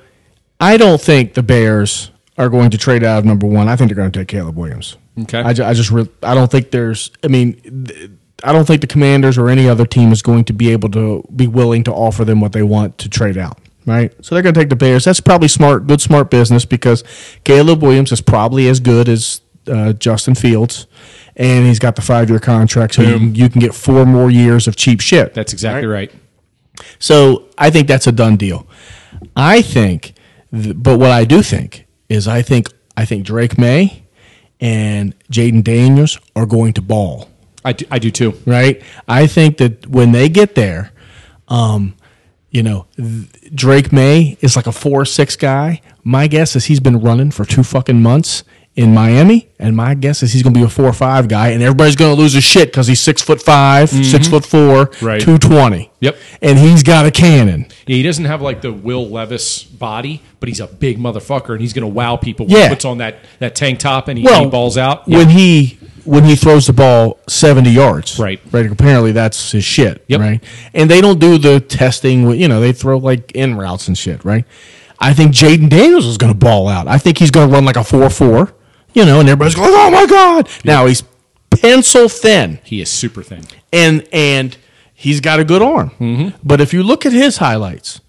B: I don't think the Bears are going to trade out of number one. I think they're going to take Caleb Williams.
A: Okay.
B: I, ju- I just re- I don't think there's. I mean. Th- I don't think the Commanders or any other team is going to be able to be willing to offer them what they want to trade out, right? So they're going to take the Bears. That's probably smart, good, smart business because Caleb Williams is probably as good as uh, Justin Fields, and he's got the five-year contract, so you can, you can get four more years of cheap shit.
A: That's exactly right.
B: So I think that's a done deal. I think, th- but what I do think is I think I think Drake May and Jaden Daniels are going to ball
A: I, do, I do too.
B: right? I think that when they get there, um, you know, th- Drake May is like a four six guy. My guess is he's been running for two fucking months in Miami, and my guess is he's going to be a four five guy, and everybody's going to lose his shit because he's six foot 5 six foot four,
A: Mm-hmm. Right.
B: two twenty.
A: Yep.
B: and he's got a cannon.
A: Yeah, he doesn't have like the Will Levis body, but he's a big motherfucker and he's going to wow people when
B: Yeah.
A: he puts on that, that tank top and he,
B: Well,
A: he balls out.
B: when he when he throws the ball 70 yards.
A: Right.
B: Right. Apparently that's his shit.
A: Yep.
B: Right. And they don't do the testing with you know, they throw like in routes and shit, right? I think Jaden Daniels is gonna ball out. I think he's gonna run like a four four, you know, and everybody's going, Oh my God. Now he's pencil thin
A: he is super thin.
B: and and he's got a good arm.
A: Mm-hmm.
B: But if you look at his highlights,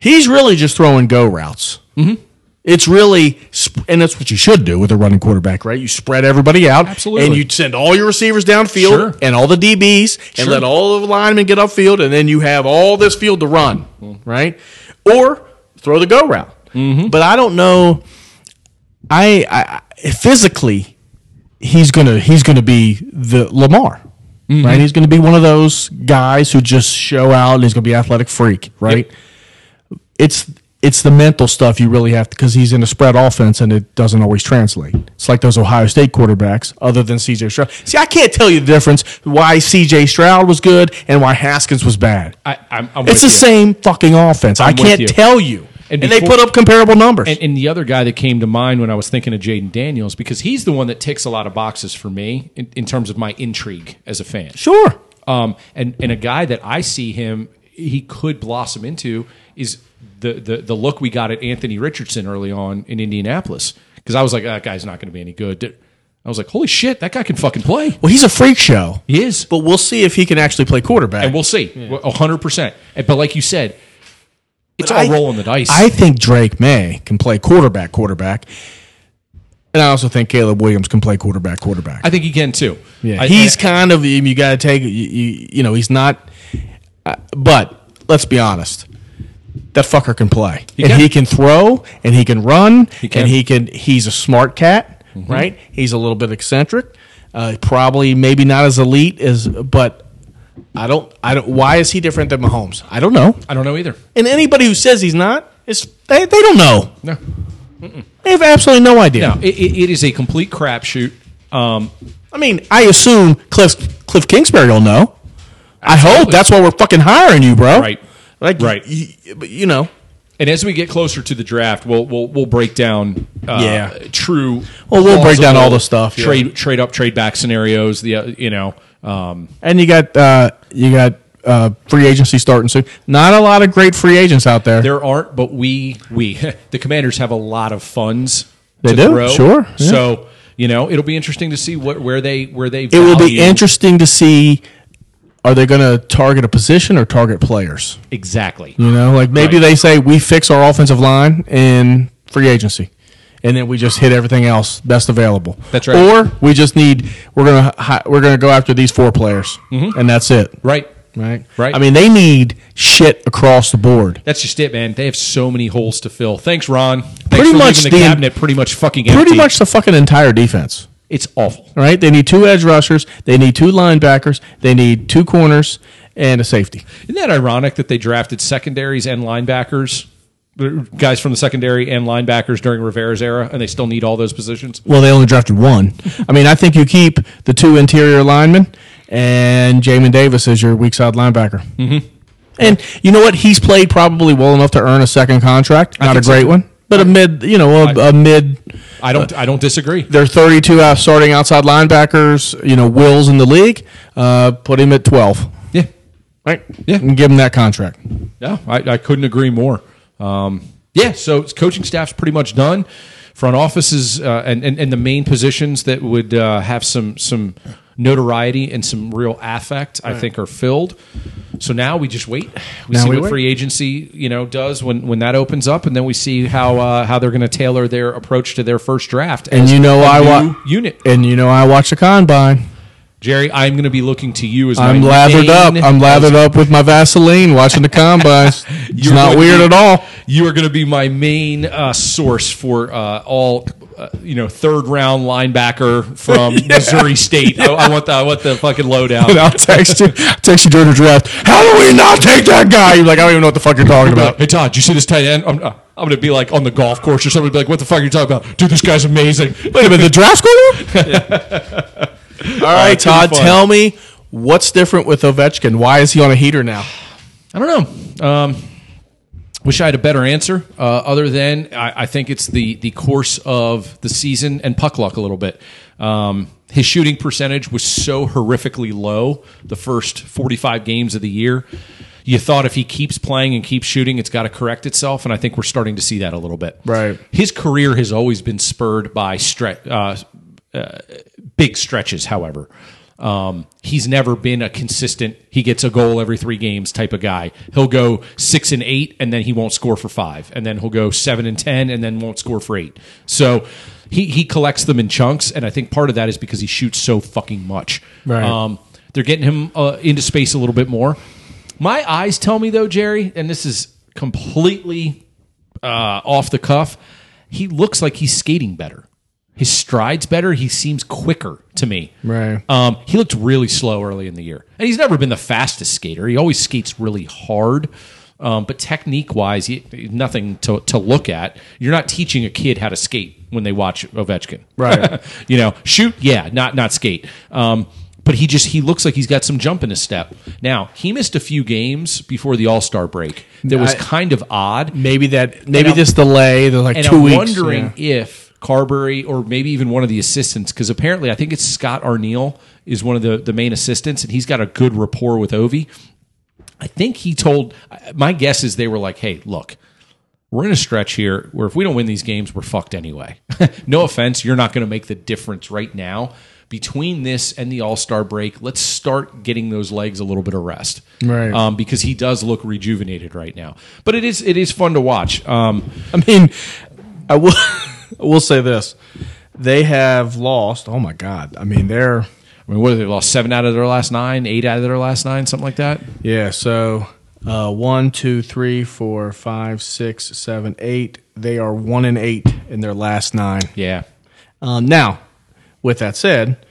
B: he's really just throwing go routes. Mm-hmm. It's really, sp- and that's what you should do with a running quarterback, right? You spread everybody out,
A: Absolutely.
B: and you send all your receivers downfield
A: Sure.
B: and all the DBs, and let all the linemen get upfield, and then you have all this field to run,
A: Mm-hmm.
B: right? Or throw the go route. But I don't know. I, I I- physically, he's gonna he's gonna be the Lamar, right? He's gonna be one of those guys who just show out and he's gonna be athletic freak, right? It's it's the mental stuff you really have to because he's in a spread offense and it doesn't always translate. It's like those Ohio State quarterbacks, other than C.J. Stroud. See, I can't tell you the difference why C.J. Stroud was good and why Haskins was bad.
A: I, I'm, I'm with
B: it's the
A: you.
B: same fucking offense. I'm I
A: with
B: can not
A: you.
B: tell you.
A: And
B: And, they
A: before-
B: put up comparable numbers.
A: And, and the other guy that came to mind when I was thinking of Jaden Daniels, because he's the one that ticks a lot of boxes for me in, in terms of my intrigue as a fan.
B: sure.
A: Um, and, and a guy that I see him, he could blossom into is the, the, the look we got at Anthony Richardson early on in Indianapolis. Because I was like, that guy's not going to be any good. I was like, holy shit, that guy can fucking play.
B: Well, he's a freak show.
A: He is.
B: But we'll see if he can actually play quarterback.
A: And we'll see. A 100%. And- But like you said, it's all
B: I-
A: rolling the dice.
B: I think Drake May can play quarterback, quarterback. And I also think Caleb Williams can play quarterback, quarterback.
A: I think he can too.
B: yeah,
A: I-
B: he's
A: I-
B: kind of you got to take you, you, you know he's not, uh, but let's be honest, that fucker can play and
A: can.
B: he can throw and he can run
A: can.
B: and he can Mm-hmm. he's a smart cat, right? He's a little bit eccentric, uh, probably maybe not as elite as, but I don't I don't why is he different than Mahomes? I don't know.
A: I don't know either.
B: And anybody who says he's not, is they, they don't know.
A: No.
B: They have absolutely no idea.
A: No, it, it, it is a complete crapshoot. Um,
B: I mean, I assume Cliff Cliff Kingsbury will know. I hope
A: Absolutely.
B: that's why we're fucking hiring you, bro.
A: Right.
B: Like,
A: Right.
B: You, you know,
A: And as we get closer to the draft, we'll we'll, we'll break down uh,
B: Yeah.
A: true.
B: Well, we'll break down
A: plausible
B: all the stuff, yeah.
A: Trade trade up, trade back scenarios. The uh, you know um,
B: And you got uh, you got uh, free agency starting soon. Not a lot of great free agents out there.
A: there aren't, but we we the Commanders have a lot of funds. to
B: They do,
A: throw.
B: sure, yeah.
A: So you know it'll be interesting to see what where they where they.
B: it will be
A: value-
B: interesting to see. Are they going to target a position or target players?
A: exactly.
B: You know, like maybe
A: Right.
B: they say we fix our offensive line in free agency, and then we just hit everything else best available.
A: That's right.
B: Or we just need we're gonna hi- we're gonna go after these four players, and that's it.
A: Right.
B: Right.
A: Mm-hmm. Right.
B: I mean, they need shit across the board.
A: That's just it, man. They have so many holes to fill. Thanks, Ron. Thanks
B: Pretty
A: for
B: much
A: leaving the
B: the-
A: cabinet pretty much fucking empty.
B: Pretty much the fucking entire defense.
A: it's awful.
B: Right. They need two edge rushers. They need two linebackers. They need two corners and a safety.
A: Isn't that ironic that they drafted secondaries and linebackers, guys from the secondary and linebackers during Rivera's era, and they still need all those positions?
B: Well, they only drafted one. I mean, I think you keep the two interior linemen and Jamin Davis as your weak side linebacker. Mm-hmm. And you know what? He's played probably well enough to earn a second contract. Not a
A: think so.
B: great one, but a mid. You know, a, a mid.
A: I don't. I don't disagree.
B: They're 32 out starting outside linebackers. You know, Will's in the league. Uh, put him at 12.
A: Yeah,
B: Right.
A: Yeah.
B: And give him that contract.
A: no, I, I couldn't agree more. Um, yeah, so it's- coaching staff's pretty much done. Front offices uh, and, and and the main positions that would uh, have some some notoriety and some real affect, I think, are filled. So now we just wait. We
B: Now
A: see
B: we
A: what
B: wait.
A: free agency you know does when when that opens up, and then we see how uh, how they're going to tailor their approach to their first draft.
B: And
A: as
B: you know
A: a
B: I
A: new
B: wa-
A: unit
B: And you know, I watch the combine.
A: Jerry. I'm going to be looking to you as
B: I'm
A: my
B: lathered up.
A: main-
B: I'm lathered up with my Vaseline watching the combines. It's
A: You're
B: not
A: gonna
B: weird
A: be-
B: at all.
A: You are going to be my main uh, source for uh, all, uh, you know, third round linebacker from Missouri State. I, I want the I want the fucking
B: And
A: lowdown.
B: I'll text you, text you during the draft. How do we not take that guy? You're like, I don't even know what the fuck you're talking about.
A: Uh, Hey Todd, you see this tight end? I'm, uh, I'm going to be like on the golf course or something. Be like, what the fuck are you talking about, dude? This guy's amazing.
B: Wait a minute, the draft's going on? All right,
A: it's gonna be
B: Todd,
A: fun.
B: tell me what's different with Ovechkin. Why is he on a heater now?
A: I don't know. Um, wish I had a better answer. Uh, other than I, I think it's the the course of the season and puck luck a little bit. Um, his shooting percentage was so horrifically low the first 45 games of the year. You thought if he keeps playing and keeps shooting, it's got to correct itself, and I think we're starting to see that a little bit.
B: Right.
A: His career has always been spurred by stre- uh, big stretches, however. Um, he's never been a consistent, he gets a goal every three games type of guy. He'll go six and eight, and then he won't score for five. And then he'll go seven and 10, and then won't score for eight. So he, he collects them in chunks. And I think part of that is because he shoots so fucking much.
B: Right.
A: Um, they're getting him uh, into space a little bit more. My eyes tell me, though, Jerry, and this is completely uh, off the cuff, he looks like he's skating better. His stride's better. He seems quicker to me.
B: Right.
A: Um, he looked really slow early in the year, and he's never been the fastest skater. He always skates really hard, um, but technique-wise, he, nothing to, to look at. You're not teaching a kid how to skate when they watch Ovechkin,
B: Right.
A: you know, shoot, yeah, not not skate. Um, but he just he looks like he's got some jump in his step. Now he missed a few games before the All Star break. That was
B: I-
A: kind of odd.
B: Maybe that maybe
A: I'm-
B: this delay, they're like
A: And
B: 2
A: I'm
B: weeks.
A: wondering
B: yeah.
A: if Carberry or maybe even one of the assistants, because apparently I think it's Scott Arneal is one of the, the main assistants, and he's got a good rapport with Ovi. I think he told my guess is they were like, hey, look, we're in a stretch here where if we don't win these games, we're fucked anyway. no offense, you're not going to make the difference right now. Between this and the All Star break, let's start getting those legs a little bit of rest,
B: Right.
A: Um, because he does look rejuvenated right now. But it is it is fun to watch. Um,
B: I mean, I will I will say this. They have lost. Oh my god. I mean, they're
A: I mean, what have they lost? Seven out of their last nine, eight out of their last nine, something like that.
B: Yeah, so uh, one, two, three, four, five, six, seven, eight. They are one and eight in their last nine.
A: Yeah,
B: Um, now, with that said,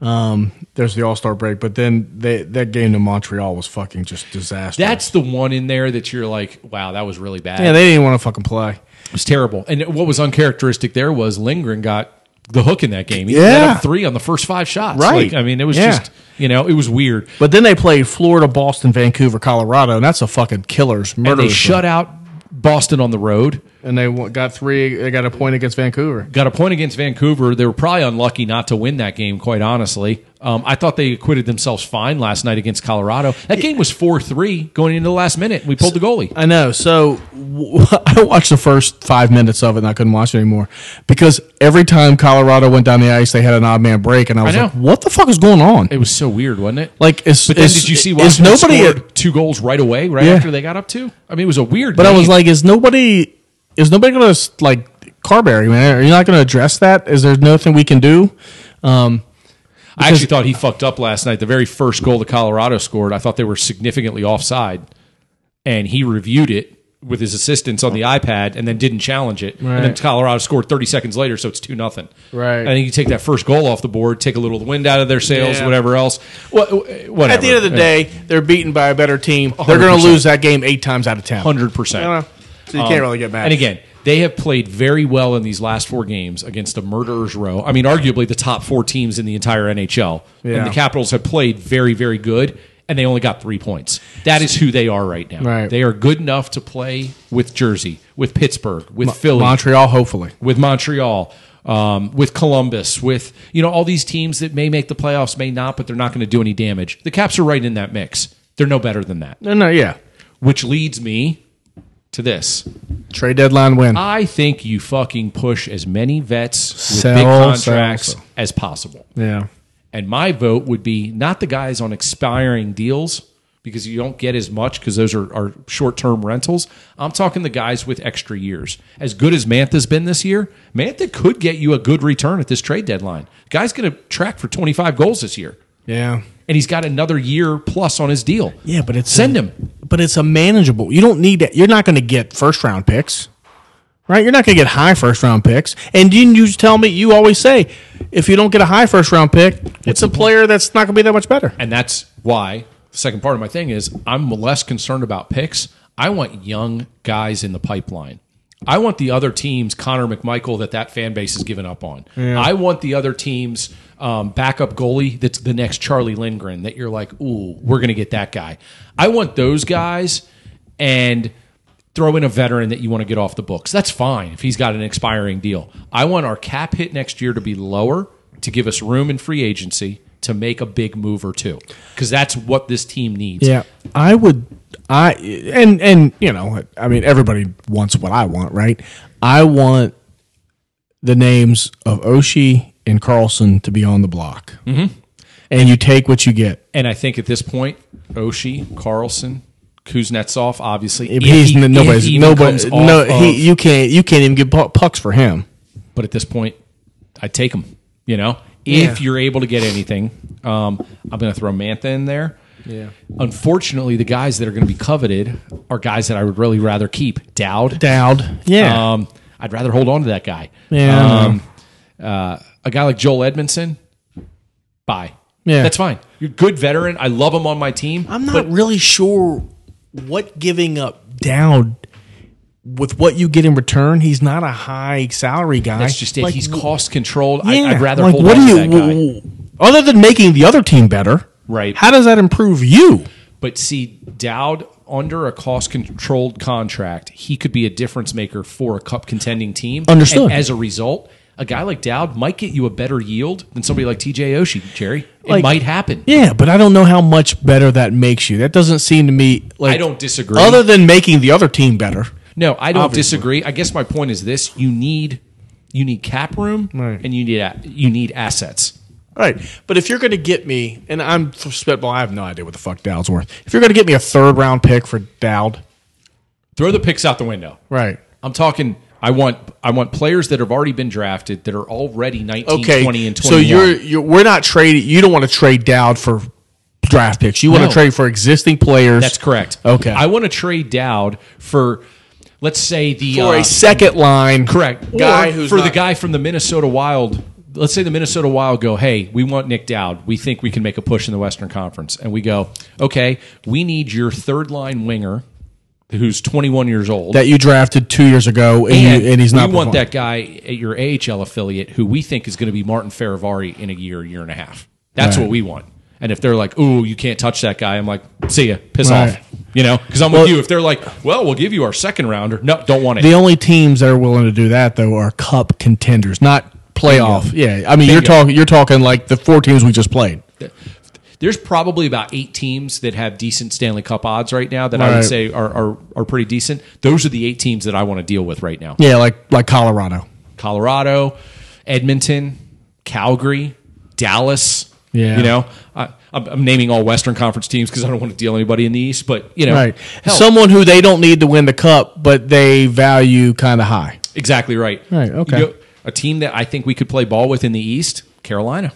B: um, there's the All Star break, but then they, that game to Montreal was fucking just disastrous.
A: that's the one in there that you're like, wow, that was really bad.
B: yeah, they didn't want to fucking play.
A: it was terrible. And what was uncharacteristic there was Lindgren got the hook in that game. He
B: Yeah.
A: let up three on the first five shots.
B: Right.
A: Like, I mean, it was
B: Yeah.
A: just you know, it was weird.
B: But then they played Florida, Boston, Vancouver, Colorado, and that's a fucking killer's murder.
A: And they shut out Boston on the road.
B: and they wa- got three. They got a point against Vancouver.
A: Got a point against Vancouver. They were probably unlucky not to win that game, quite honestly. Um, I thought they acquitted themselves fine last night against Colorado. That game was 4 3 going into the last minute. We pulled the goalie.
B: I know. So w- I watched the first five minutes of it, and I couldn't watch it anymore because every time Colorado went down the ice, they had an odd man break, and I was
A: know.
B: like, "What the fuck is going on?"
A: It was so weird, wasn't it?
B: like, is,
A: But then
B: is-
A: did you see
B: is
A: Washington
B: nobody?
A: scored two goals right away, right
B: Yeah.
A: after they got up to? I mean, it was a weird.
B: But I was
A: game.
B: like, is nobody? Is nobody going to like Carberry? Man, are you not going to address that? Is there nothing we can do? Um,
A: I actually thought he fucked up last night. The very first goal the Colorado scored, I thought they were significantly offside, and he reviewed it with his assistants on the iPad, and then didn't challenge it. And then
B: Right.
A: Colorado scored 30 seconds later, so it's two nothing.
B: Right.
A: And then you take that first goal off the board, take a little of the wind out of their sails,
C: Yeah.
A: whatever else. Wha- Whatever.
C: At the end of the day, they're beaten by a better team. They're going to
A: 100%.
C: lose that game eight times out of ten.
A: hundred
C: You know,
A: percent.
C: So you can't really get mad.
A: And again, they have played very well in these last four games against a murderer's row. I mean, arguably the top four teams in the entire NHL.
B: Yeah.
A: And the Capitals have played very, very good, and they only got three points. That is who they are right now.
B: Right.
A: They are good enough to play with Jersey, with Pittsburgh, with Philly,
B: Montreal, hopefully.
A: with Montreal. Um, with Columbus, with you know all these teams that may make the playoffs, may not, but they're not going to do any damage. The Caps are right in that mix. They're no better than that.
B: No, no, yeah.
A: Which leads me to this:
B: Trade deadline win.
A: I think you fucking push as many vets with big
B: Sell,
A: contracts
B: sell, sell.
A: as possible.
B: yeah.
A: And my vote would be not the guys on expiring deals because you don't get as much because those are, are short term rentals. I'm talking the guys with extra years. As good as Mantha's been this year, Mantha could get you a good return at this trade deadline. Guy's going to track for 25 goals this year,
B: Yeah.
A: and he's got another year plus on his deal.
B: Yeah, but it's
A: Send
B: a-
A: him.
B: But it's a manageable. You don't need that. You're not going to get first round picks, right? You're not going to get high first round picks. And didn't you tell me you always say if you don't get a high first round pick, it's a player that's not going to be that much better.
A: And that's why the second part of my thing is I'm less concerned about picks. I want young guys in the pipeline. I want the other teams, Connor McMichael, that that fan base has given up on. I want the other teams' um, backup goalie that's the next Charlie Lindgren that you're like, ooh, we're going to get that guy. I want those guys and throw in a veteran that you want to get off the books. That's fine if he's got an expiring deal. I want our cap hit next year to be lower to give us room in free agency to make a big move or two because that's what this team needs.
B: Yeah, I would. I and and you know, I mean, everybody wants what I want, right? I want the names of Oshie and Carlson to be on the block, mm-hmm. and you take what you get.
A: And I think at this point, Oshie, Carlson, Kuznetsov, obviously, if
B: he's
A: he- if
B: nobody's
A: he even
B: nobody.
A: comes off
B: No, he
A: of-
B: you can't you can't even get pu- pucks for him.
A: but at this point, I take them. You know,
B: Yeah.
A: if you're able to get anything, um, I'm going to throw Mantha in there. Yeah. Unfortunately, the guys that are going to be coveted are guys that I would really rather keep. Dowd.
B: Dowd, yeah,
A: Um, I'd rather hold on to that guy.
B: Yeah, I
A: Um, uh, a guy like Joel Edmondson, bye.
B: Yeah.
A: That's fine. You're a good veteran. I love him on my team.
B: I'm not really sure what giving up Dowd with what you get in return. He's not a high salary guy.
A: That's just it.
B: Like,
A: He's cost controlled.
B: yeah,
A: I, I'd rather
B: like,
A: hold
B: what
A: on
B: do
A: to
B: you,
A: that guy.
B: w- w- Other than making the other team better,
A: Right.
B: How does that improve you?
A: But see, Dowd under a cost controlled contract, he could be a difference maker for a cup contending team.
B: Understood.
A: And as a result, a guy like Dowd might get you a better yield than somebody like TJ Oshie, Jerry. It
B: Like-
A: might happen.
B: Yeah, but I don't know how much better that makes you. That doesn't seem to me like
A: I don't disagree.
B: Other than making the other team better,
A: No, I don't
B: Obviously.
A: disagree. I guess my point is this: you need you need cap room,
B: Right.
A: and you need a- you need assets.
B: All right, but if you're going to get me, and I'm for spitball, I have no idea what the fuck Dowd's worth. If you're going to get me a third round pick for Dowd,
A: Throw the picks out the window.
B: right?
A: I'm talking. I want I want players that have already been drafted that are already 19,
B: Okay,
A: 20, and 21.
B: so you're you're we're not trading. You don't want to trade Dowd for draft picks. You want
A: No.
B: to trade for existing players.
A: that's correct.
B: Okay.
A: I want to trade Dowd for let's say the
B: for
A: uh,
B: a second line.
A: correct
B: guy
A: Or
B: who's
A: for the
B: not-
A: guy from the Minnesota Wild. Let's say the Minnesota Wild go, hey, we want Nick Dowd. We think we can make a push in the Western Conference, and we go, okay, we need your third line winger, who's 21 years old.
B: that you drafted two years ago, and, you, and he's not.
A: We want
B: performing.
A: that guy at your AHL affiliate who we think is going to be Martin Ferravari in a year, year and a half. That's
B: Right.
A: what we want. And if they're like, "Ooh, you can't touch that guy," I'm like, "See ya, piss
B: Right.
A: off." You know, because I'm
B: Well-
A: with you. If they're like, well, we'll give you our second rounder. No, don't want it.
B: The only teams that are willing to do that though are cup contenders, not playoff. Yeah, I mean you're talking you're talking like the four teams we just played.
A: There's probably about eight teams that have decent Stanley Cup odds right now that I
B: Right.
A: would say are, are are pretty decent. Those are the eight teams that I want to deal with right now.
B: Yeah, like like Colorado.
A: Colorado, Edmonton, Calgary, Dallas.
B: Yeah.
A: you know, I, I'm, I'm naming all Western Conference teams because I don't want to deal anybody in the East. But you know,
B: Right.
A: hell,
B: Someone who they don't need to win the cup, but they value kind of high.
A: exactly right.
B: Right, okay.
A: You know, a team that I think we could play ball with in the East, Carolina.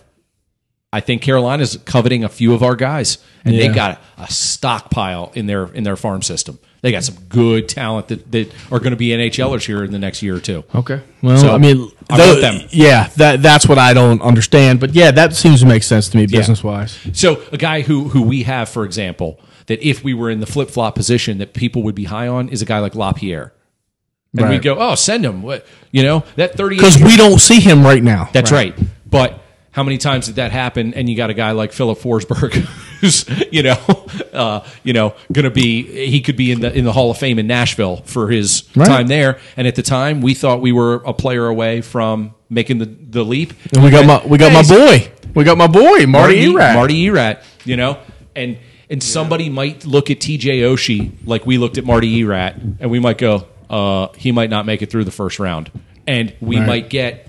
A: I think Carolina's coveting a few of our guys, and
B: Yeah.
A: they got a stockpile in their in their farm system. They got some good talent that, that are going to be NHLers here in the next year or two.
B: Okay. Well,
A: So,
B: I mean,
A: I
B: tho-
A: want them.
B: Yeah, that that's what I don't understand. But yeah, that seems to make sense to me business wise.
A: So a guy who who we have, for example, that if we were in the flip flop position, that people would be high on is a guy like Lapierre, and
B: Right.
A: we go, oh, send him. What you know that thirty
B: Because we don't see him right now.
A: That's right. But how many times did that happen? And you got a guy like Philip Forsberg, who's you know, uh, you know, going to be he could be in the in the Hall of Fame in Nashville for his
B: Right.
A: time there. And at the time, we thought we were a player away from making the the leap.
B: And we got my we got my
A: Hey,
B: boy. We got my boy, Marty, Erat.
A: Marty Erat, you know, and and somebody might look at TJ Oshie like we looked at Marty Erat, and we might go, uh, he might not make it through the first round, and we
B: Right.
A: might get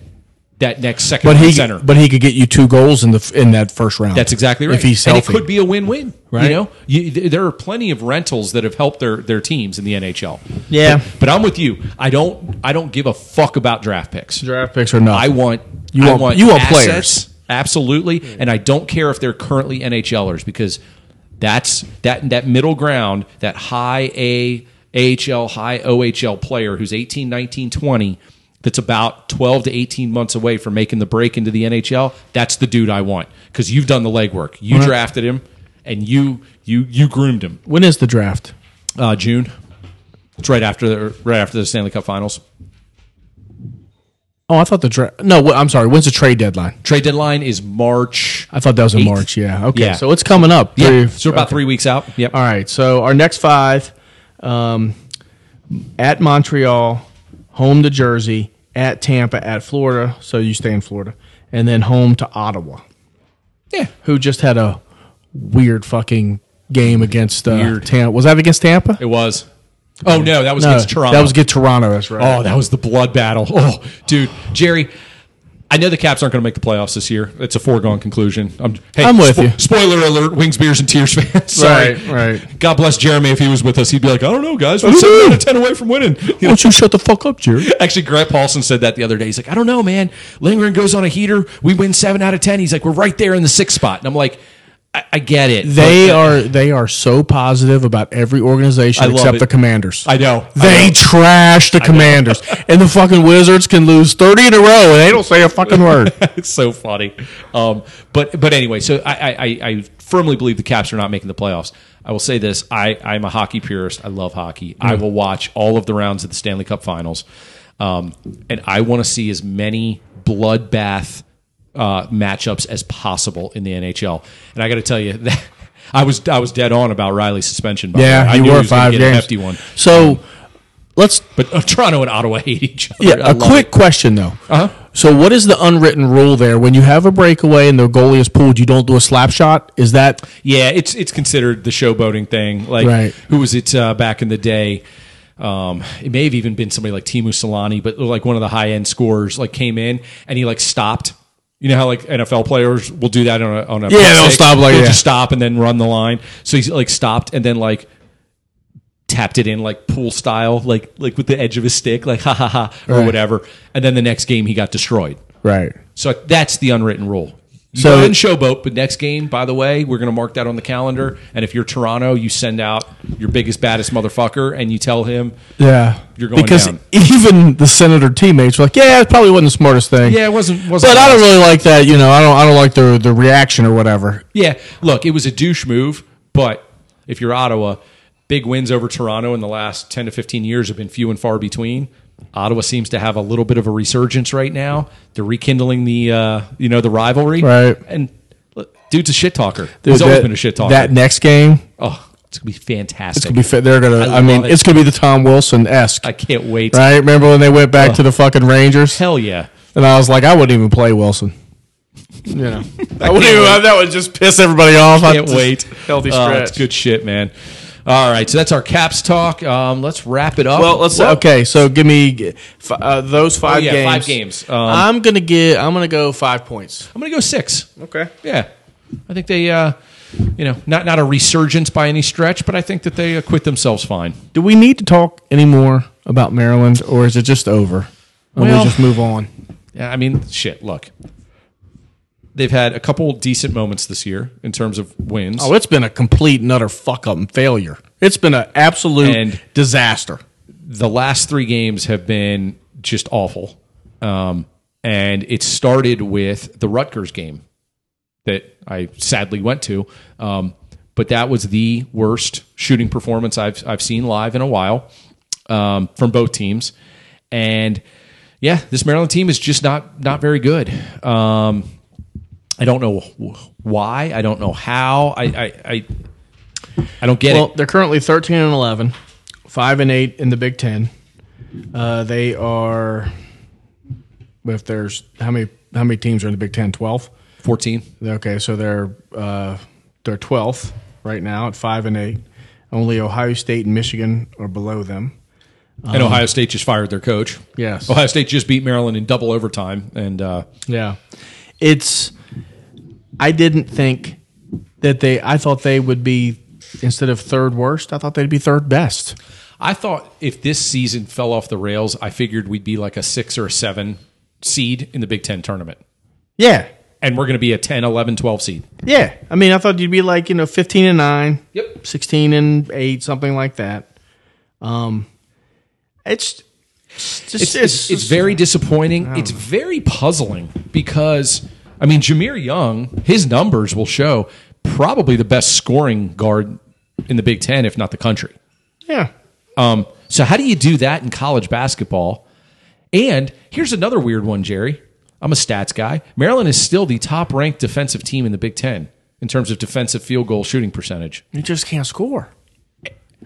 A: that next second
B: But
A: round
B: he
A: center.
B: but he could get you two goals in the in that first round.
A: That's exactly right.
B: If he's
A: and
B: healthy.
A: it could be a win-win.
B: Right.
A: You know, you, th- there are plenty of rentals that have helped their their teams in the NHL.
B: Yeah.
A: but, but I'm with you. I don't I don't give a fuck about draft picks.
B: draft picks or not.
A: I want
B: You
A: I
B: want- you want
A: assets,
B: players. Hmm.
A: absolutely, and I don't care if they're currently NHLers because that's that that middle ground, that high A AHL, high OHL player who's 18, 19, 20 that's about 12 to 18 months away from making the break into the NHL, that's the dude I want cuz you've done the legwork. You
B: Right.
A: drafted him and you you you groomed him.
B: when is the draft?
A: Uh, June. It's right after the right after the Stanley Cup Finals.
B: Oh, I thought the draft. No, wh- I'm sorry. When's the trade deadline?
A: Trade deadline is March
B: I thought that was in
A: Eighth.
B: March. Yeah. Okay.
A: Yeah.
B: So it's coming up.
A: Yeah,
B: Three-
A: so about three weeks out. Yep.
B: All right. So our next five um, at Montreal, home to Jersey, at Tampa, at Florida. So you stay in Florida. And then home to Ottawa,
A: Yeah.
B: who just had a weird fucking game against uh,
A: Weird.
B: Tampa. Was that against Tampa? Uh,
A: It was. Oh no, that was against Toronto.
B: That was against Toronto. That's right.
A: Oh, that was the blood battle. Oh, dude, Jerry. I know the Caps aren't going to make the playoffs this year. It's a foregone conclusion. I'm, hey,
B: I'm with you.
A: Spoiler alert: Wings, beers, and tears, fans. Sorry.
B: Right, right.
A: God bless Jeremy if he was with us. He'd be like, I don't know, guys. We're seven out of ten away from winning. You
B: Why
A: know,
B: don't you shut the fuck up, Jerry?
A: actually, Grant Paulson said that the other day. He's like, I don't know, man. Lindgren goes on a heater. We win seven out of ten. He's like, we're right there in the sixth spot. And I'm like, I, I get it.
B: They are they are so positive about every organization
A: I love
B: except
A: it.
B: the Commanders.
A: I know. I
B: They
A: know.
B: trash the Commanders, and the fucking Wizards can lose thirty in a row, and they don't say a fucking word.
A: it's so funny. Um, but but anyway, so I, I, I- I firmly believe the Caps are not making the playoffs. I will say this: I I'm a hockey purist. I love hockey. I
B: Mm.
A: will watch all of the rounds of the Stanley Cup Finals, um, and I want to see as many bloodbath uh, matchups as possible in the NHL. And I got to tell you that. I was I was dead on about Riley's suspension. By the way.
B: Yeah,
A: I
B: you
A: knew he
B: were
A: was gonna
B: five
A: get
B: games.
A: a hefty one.
B: So let's
A: But uh, Toronto and Ottawa hate each other.
B: yeah.
A: I
B: A
A: love
B: quick
A: it.
B: question though.
A: Uh-huh.
B: So what is the unwritten rule there? When you have a breakaway and the goalie is pulled, you don't do a slap shot. Is that
A: Yeah, it's it's considered the showboating thing. Like
B: Right.
A: who was it uh, back in the day? Um, it may have even been somebody like Timu Solani, but like one of the high end scorers like came in and he like stopped. You know how like NFL players will do that on a on a
B: Yeah, they'll
A: pick six?
B: stop like-
A: they'll
B: yeah.
A: just stop and then run the line. So he's like stopped and then like tapped it in like pool style, like like with the edge of his stick, like ha ha ha or
B: Right.
A: whatever. And then the next game he got destroyed.
B: right?
A: So that's the unwritten rule. You
B: So-
A: so in showboat, but next game, by the way, we're going to mark that on the calendar. And if you're Toronto, you send out your biggest, baddest motherfucker, and you tell him,
B: Yeah,
A: You're going
B: because
A: down.
B: even the senator teammates were like, "Yeah, it probably wasn't the smartest thing."
A: "Yeah, it wasn't." wasn't
B: but I don't
A: nice."
B: really like that. You know, I don't. I don't like the the reaction or whatever.
A: Yeah, look, it was a douche move, but if you're Ottawa, big wins over Toronto in the last ten to fifteen years have been few and far between. Ottawa seems to have a little bit of a resurgence right now. They're rekindling the uh, you know the rivalry,
B: Right.
A: And look, dude's a shit talker.
B: Dude,
A: He's always
B: that-
A: been a shit talker.
B: That next game,
A: oh, It's gonna be fantastic.
B: It's gonna be. fa- They're gonna.
A: I
B: I, mean,
A: love it.
B: it's gonna be the Tom Wilson esque.
A: I can't wait.
B: Right? Remember when they went back to the fucking Rangers?
A: Hell yeah.
B: And I was like, I wouldn't even play Wilson. You know, I, wouldn't even. That would just piss everybody off. I
A: can't wait.
C: healthy
A: Oh,
C: stretch.
A: it's good shit, man. All right, so that's our caps talk. Um, let's wrap it up.
C: Well, let's
B: okay, so give me f- uh, those five
A: yeah,
B: games.
A: five games. Um,
B: I'm gonna get. I'm gonna go five points.
A: I'm gonna go six.
C: okay.
A: Yeah, I think they, uh, you know, not not a resurgence by any stretch, but I think that they acquit themselves fine.
B: Do we need to talk any more about Maryland, or is it just over? And
A: Well-
B: we just move on.
A: Yeah, I mean, shit. Look, they've had a couple decent moments this year in terms of wins.
B: Oh, it's been a complete and utter fuck up and failure. It's been an absolute
A: And-
B: disaster.
A: the last three games have been just awful. Um, and it started with the Rutgers game that I sadly went to. Um, but that was the worst shooting performance I've, I've seen live in a while um, from both teams. And yeah, this Maryland team is just not not very good. Um, I don't know wh- why. I don't know how. I I I, I don't get
B: Well,
A: it.
B: they're currently 13 and 11, 5 and 8 in the Big 10. Uh, they are if there's how many how many teams are in the Big 10? 12.
A: Fourteen.
B: Okay, so they're uh, they're 12th right now at 5 and 8. Only Ohio State and Michigan are below them.
A: and Ohio State just fired their coach.
B: Yes.
A: Ohio State just beat Maryland in double overtime, and uh,
B: Yeah. It's I didn't think that they I thought they would be instead of third worst, I thought they'd be third best.
A: I thought if this season fell off the rails, I figured we'd be like a six or a seven seed in the Big Ten tournament,
B: Yeah.
A: and we're going to be a 10, 11, 12 seed.
B: Yeah. I mean, I thought you'd be like, you know, 15 and 9.
A: Yep.
B: 16 and 8, something like that. Um it's it's
A: It's
B: just,
A: it's, it's very disappointing. It's very puzzling because I mean Jameer Young, his numbers will show probably the best scoring guard in the Big Ten, if not the country.
B: yeah.
A: Um, so how do you do that in college basketball? And here's another weird one, Jerry. I'm a stats guy. Maryland is still the top ranked defensive team in the Big Ten in terms of defensive field goal shooting percentage.
B: You just can't score.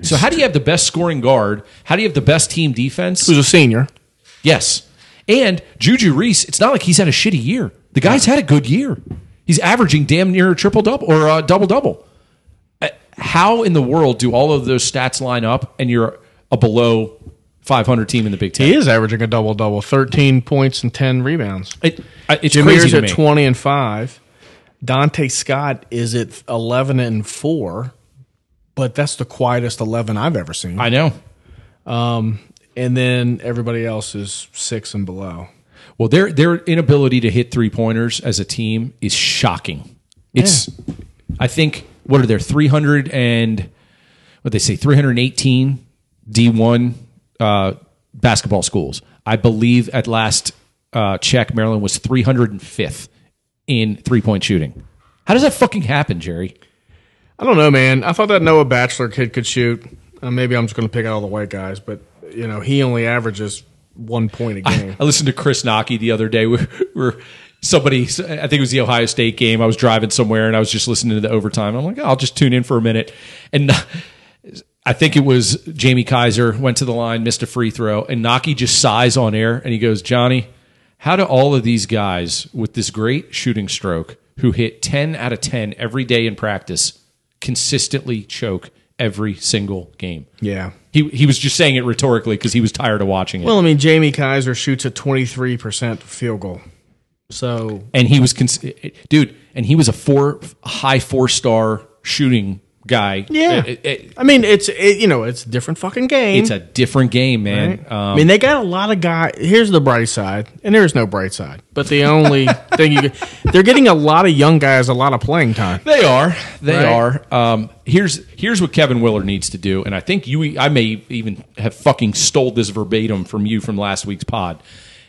A: So how do you have the best scoring guard? How do you have the best team defense?
B: Who's a senior?
A: Yes. And Juju Reese, it's not like he's had a shitty year. The guy's had a good year. He's averaging damn near a triple double or a double double. Uh, How in the world do all of those stats line up and you're a below 500 team in the Big Ten?
B: He is averaging a double double, 13 points and 10 rebounds.
A: It, I- it's
B: Jameer's
A: crazy to
B: at
A: me.
B: 20 and 5. Dante Scott is at 11 and 4, but that's the quietest 11 I've ever seen.
A: I know.
B: and then everybody else is 6 and below.
A: Well, their their inability to hit three pointers as a team is shocking. It's, I think, what are their three hundred and what they say three hundred eighteen D one uh, basketball schools. I believe at last uh, check, Maryland was three hundred and fifth in three point shooting. How does that fucking happen, Jerry?
B: I don't know, man. I thought that Noah Bachelor kid could shoot. Uh, maybe I'm just going to pick out all the white guys, but you know, he only averages 1 point a game.
A: I listened to Chris Nocky the other day. Where, where somebody, I think it was the Ohio State game. I was driving somewhere and I was just listening to the overtime. I'm like, "Oh, I'll just tune in for a minute. And I think it was Jamie Kaiser went to the line, missed a free throw, and Nocky just sighs on air and he goes, Johnny, how do all of these guys with this great shooting stroke who hit 10 out of 10 every day in practice consistently choke every single game?
B: yeah.
A: He, he was just saying it rhetorically because he was tired of watching it.
B: Well, I mean, Jamie Kaiser shoots a 23% field goal. So,
A: and he was cons- dude and he was a four high four star shooting guy
B: yeah.
A: It- it-
B: I mean, it's it, you know, it's a different fucking game.
A: it's a different game man um,
B: I mean, they got a lot of guys. Here's the bright side, and there is no bright side. But the only thing you get, they're getting a lot of young guys, a lot of playing time.
A: they are they
B: Right.
A: are um, here's here's what kevin willer needs to do and i think you i may even have fucking stole this verbatim from you from last week's pod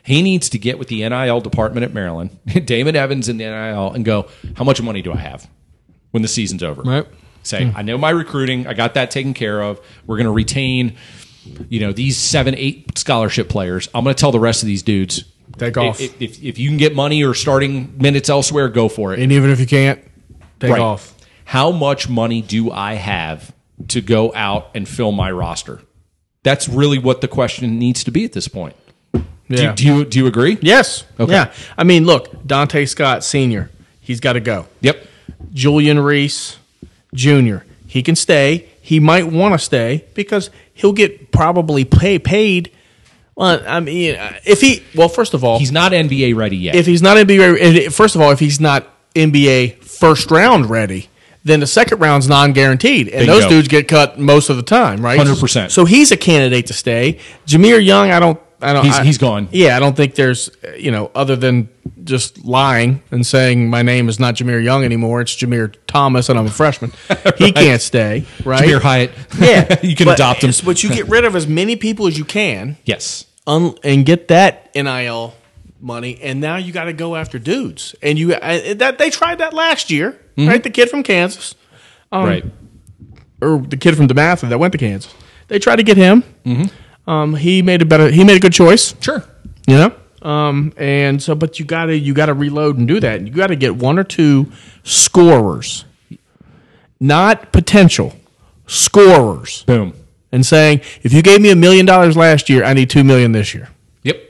A: he needs to get with the nil department at maryland damon evans and the nil and go how much money do i have when the season's over say
B: Hmm.
A: i know my recruiting i got that taken care of we're going to retain you know these seven eight scholarship players i'm going to tell the rest of these dudes
B: Take off.
A: if, if, if you can get money or starting minutes elsewhere go for it
B: And even if you can't, take
A: Right.
B: off.
A: how much money do i have to go out and fill my roster? That's really what the question needs to be at this point. Do,
B: Yeah.
A: do you do you agree?
B: Yes.
A: Okay.
B: Yeah. I mean, look, Dante Scott Sr., he's got to go.
A: Yep.
B: Julian Reese Jr., he can stay. He might want to stay because he'll get probably pay, paid. Well, I mean, if he, well, first of all,
A: He's not NBA ready yet.
B: if he's not NBA, first of all, if he's not NBA first round ready, then the second round's non guaranteed, and
A: Bingo.
B: those dudes get cut most of the time, right?
A: 100%.
B: So he's a candidate to stay. Jameer Young, I don't, I don't,
A: He's-
B: I-
A: he's gone.
B: Yeah, I don't think there's, uh, you know, other than just lying and saying my name is not Jameer Young anymore, it's Jameer Thomas, and I'm a freshman. He can't stay, right?
A: Jameer Hyatt.
B: Yeah,
A: you can
B: but-
A: adopt him.
B: but you get rid of as many people as you can
A: yes.
B: un- and get that nil money, and now you got to go after dudes. And you I, that they tried that last year, right? The kid from Kansas, um,
A: right.
B: or the kid from DeMatha that went to Kansas. They tried to get him. Um, he made a better. He made a good choice.
A: Sure.
B: You know. Um, and so, but you gotta you gotta reload and do that. You gotta get one or two scorers, not potential scorers,
A: Boom.
B: and saying if you gave me a million dollars last year, I need two million this year.
A: Yep.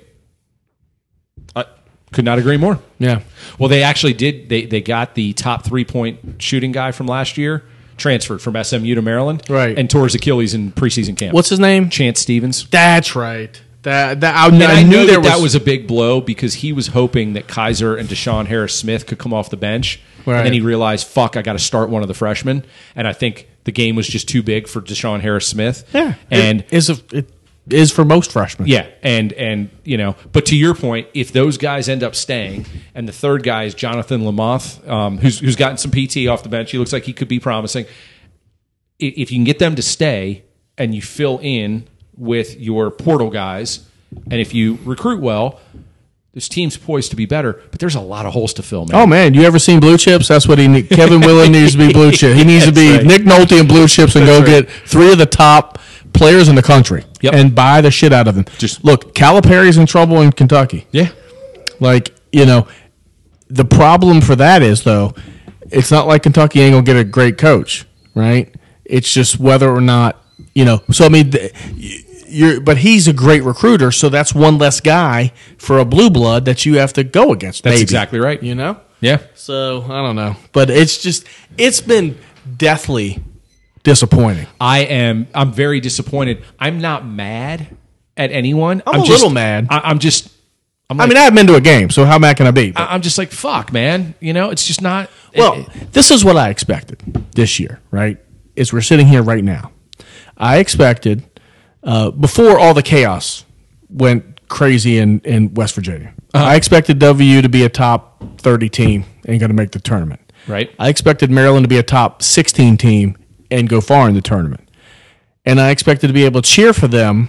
A: I could not agree more.
B: Yeah.
A: Well, they actually did. They they got the top three point shooting guy from last year transferred from SMU to Maryland,
B: Right.
A: And tore his Achilles in preseason camp.
B: What's his name?
A: Chance Stevens?
B: That's right. That, that I,
A: And I,
B: I
A: knew
B: knew there
A: that, that
B: was,
A: was a big blow because he was hoping that Kaiser and Deshaun Harris Smith could come off the bench,
B: Right.
A: and then he realized, "Fuck, I got to start one of the freshmen." And I think the game was just too big for Deshaun Harris Smith.
B: yeah,
A: and
B: it is a, it is for most freshmen.
A: Yeah, and and you know, but to your point, if those guys end up staying, and the third guy is Jonathan Lamoth, um, who's who's gotten some PT off the bench, he looks like he could be promising. I- If you can get them to stay, and you fill in with your portal guys, and if you recruit well, this team's poised to be better. But there's a lot of holes to fill, man.
B: Oh man, you ever seen blue chips? That's what he need. Kevin Willard needs to be blue chip. He needs to be
A: That's right.
B: Nick Nolte and blue chips and go get three of the top players in the country
A: Yep.
B: and buy the shit out of them.
A: Just-
B: look, Calipari's in trouble in Kentucky.
A: yeah,
B: Like, you know, the problem for that is though, it's not like Kentucky ain't gonna get a great coach, right? It's just whether or not you know. So I mean, th- y- you're but he's a great recruiter, so that's one less guy for a blue blood that you have to go against.
A: that's
B: maybe,
A: exactly right.
B: You know.
A: yeah,
B: So I don't know, but it's just it's been deathly disappointing.
A: I am. I'm very disappointed. I'm not mad at anyone.
B: I'm a
A: just-
B: little mad.
A: I, I'm just. I'm
B: I
A: like,
B: mean, I haven't been to a game, so how mad can I be? But-
A: I- I'm just like, fuck, man. You know, it's just not.
B: Well, this is what I expected this year, right? Is we're sitting here right now. I expected uh, before all the chaos went crazy in, in West Virginia. I expected WU to be a top 30 team and going to make the tournament.
A: Right.
B: I expected Maryland to be a top 16 team and go far in the tournament. And I expected to be able to cheer for them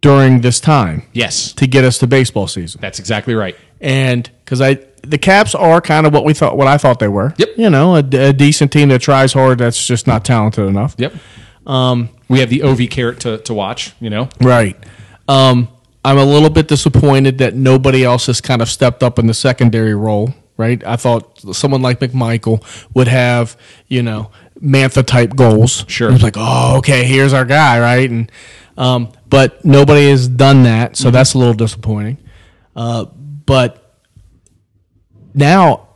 B: during this time
A: yes,
B: to get us to baseball season
A: that's exactly right.
B: and because I the Caps are kind of what we thought, what I thought they were.
A: Yep.
B: You know, a, a decent team that tries hard, that's just not talented enough.
A: Yep. we have the OV carrot to, to watch. You know,
B: Right. Um, I'm a little bit disappointed that nobody else has kind of stepped up in the secondary role. Right. I thought someone like McMichael would have, you know, Mantha type goals.
A: Sure.
B: It was like, oh, okay, here's our guy, right? And um, but nobody has done that, so that's a little disappointing. Uh, but now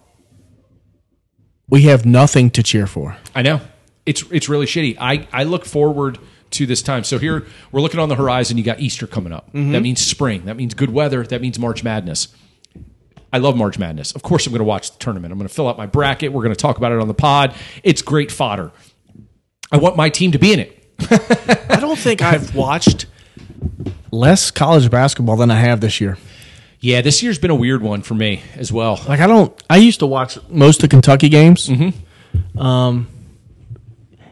B: we have nothing to cheer for.
A: I know it's it's really shitty. I I look forward to this time. So here we're looking on the horizon. You got Easter coming up. That means spring. That means good weather. That means March Madness. I love March Madness. Of course, I'm going to watch the tournament. I'm going to fill out my bracket. We're going to talk about it on the pod. It's great fodder. I want my team to be in it.
B: I don't think I've watched less college basketball than I have this year.
A: Yeah, this year's been a weird one for me as well.
B: Like I don't. I used to watch most of Kentucky games. Um,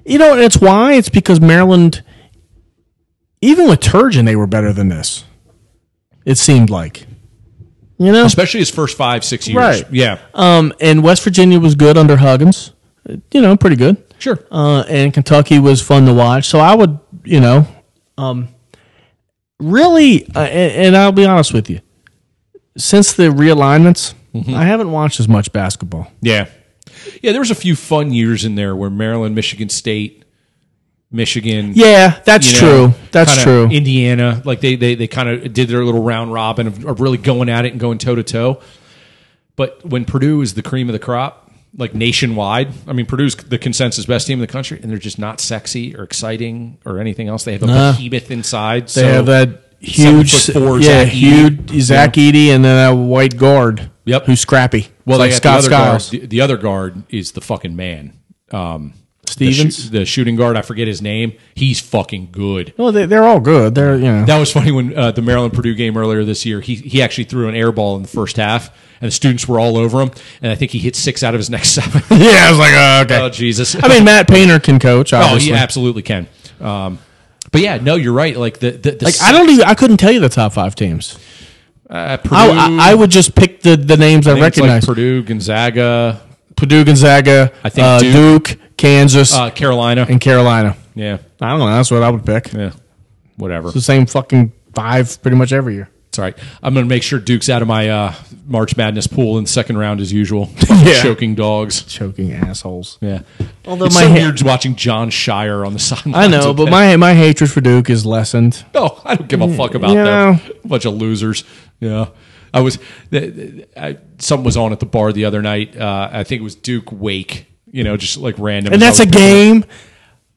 B: you know, and it's why it's because Maryland, even with Turgeon, they were better than this. It seemed like, you know,
A: especially his first five six years.
B: Right.
A: Yeah.
B: um, and West Virginia was good under Huggins. You know, pretty good.
A: Sure.
B: Uh, and Kentucky was fun to watch. So I would, you know, um, really, uh, and, and I'll be honest with you, since the realignments, I haven't watched as much basketball.
A: Yeah. Yeah, there was a few fun years in there where Maryland, Michigan State, Michigan.
B: Yeah, that's
A: you
B: true.
A: know,
B: that's
A: kinda
B: true.
A: Indiana, like they they they kind of did their little round robin of, of really going at it and going toe to toe. But when Purdue is the cream of the crop, like nationwide, I mean Purdue's the consensus best team in the country, and they're just not sexy or exciting or anything else. They have a behemoth inside.
B: they have that huge,
A: four,
B: yeah,
A: Zach Eady.
B: huge Zach Eady, and then that white guard.
A: Yep.
B: who's scrappy.
A: Well, they
B: It's like
A: got
B: Scott
A: the other
B: Skiles,
A: guard. The, the other guard is the fucking man. Um, the shoot-
B: Stevens.
A: the shooting guard. I forget his name. He's fucking good.
B: Well, they, they're all good. They're you know
A: That was funny when uh, the Maryland Purdue game earlier this year. He he actually threw an air ball in the first half, and the students were all over him. And I think he hit six out of his next seven.
B: Yeah, I was like, oh, okay.
A: oh Jesus!
B: I mean, Matt Painter can coach.
A: oh,
B: Obviously.
A: he absolutely can. Um, but yeah, no, you're right. Like the the, the
B: Like I don't even. I couldn't tell you the top five teams.
A: uh, Purdue.
B: I, I, I would just pick the, the names I,
A: I think it's
B: recognize:
A: like Purdue, Gonzaga,
B: Purdue, Gonzaga,
A: I think
B: uh, Duke, Kansas,
A: uh, Carolina.
B: and Carolina.
A: Yeah,
B: I don't know. That's what I would pick. It's
A: yeah, whatever.
B: the same fucking five pretty much every year.
A: It's all right. I'm going to make sure Duke's out of my uh, March Madness pool in the second round as usual. Fucking
B: Yeah.
A: Choking dogs.
B: Choking assholes.
A: Yeah.
B: Although
A: it's
B: my
A: so
B: ha-
A: weird watching John Shire on the sideline.
B: I know, but my Mm, my hatred for Duke is lessened.
A: No, I don't give a fuck about them.
B: You know.
A: Bunch of losers. Yeah. I was, th- th- I, something was on at the bar the other night. Uh, I think it was Duke Wake, you know, just like random.
B: And that's a game.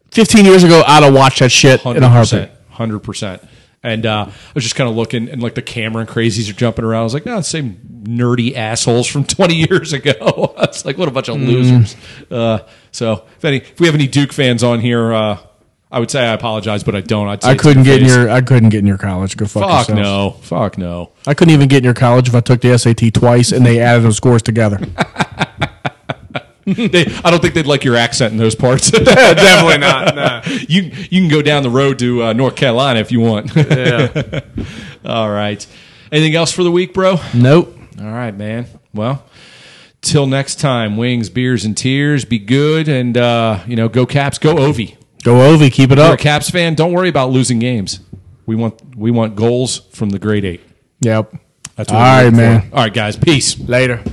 B: Fifteen years ago, I'd have watched that shit in a heartbeat.
A: Hundred percent. And uh, I was just kind of looking, and like the camera and crazies are jumping around. I was like, "No, it's the same nerdy assholes from 20 years ago." I was like, "What a
B: Mm-hmm.
A: bunch of losers!" Uh, so, if any, if we have any Duke fans on here, uh, I would say I apologize, but I don't. I'd say
B: I
A: it's
B: couldn't get in
A: face.
B: your I couldn't get in your college. Go fuck,
A: fuck
B: yourself.
A: no, fuck no.
B: I couldn't even get in your college if I took the SAT twice and they added those scores together.
A: they, I don't think they'd like your accent in those parts.
B: Definitely not.
A: you you can go down the road to uh, North Carolina if you want. All right. Anything else for the week, bro?
B: Nope.
A: All right, man. Well, till next time, wings, beers, and tears. Be good, and uh, you know, go Caps, go Ovi.
B: Go Ovi, keep it
A: You're a
B: up.
A: Caps fan. Don't worry about losing games. We want we want goals from the grade eight.
B: Yep.
A: That's
B: All
A: we're
B: right,
A: looking for.
B: man.
A: All right, guys. Peace.
B: Later.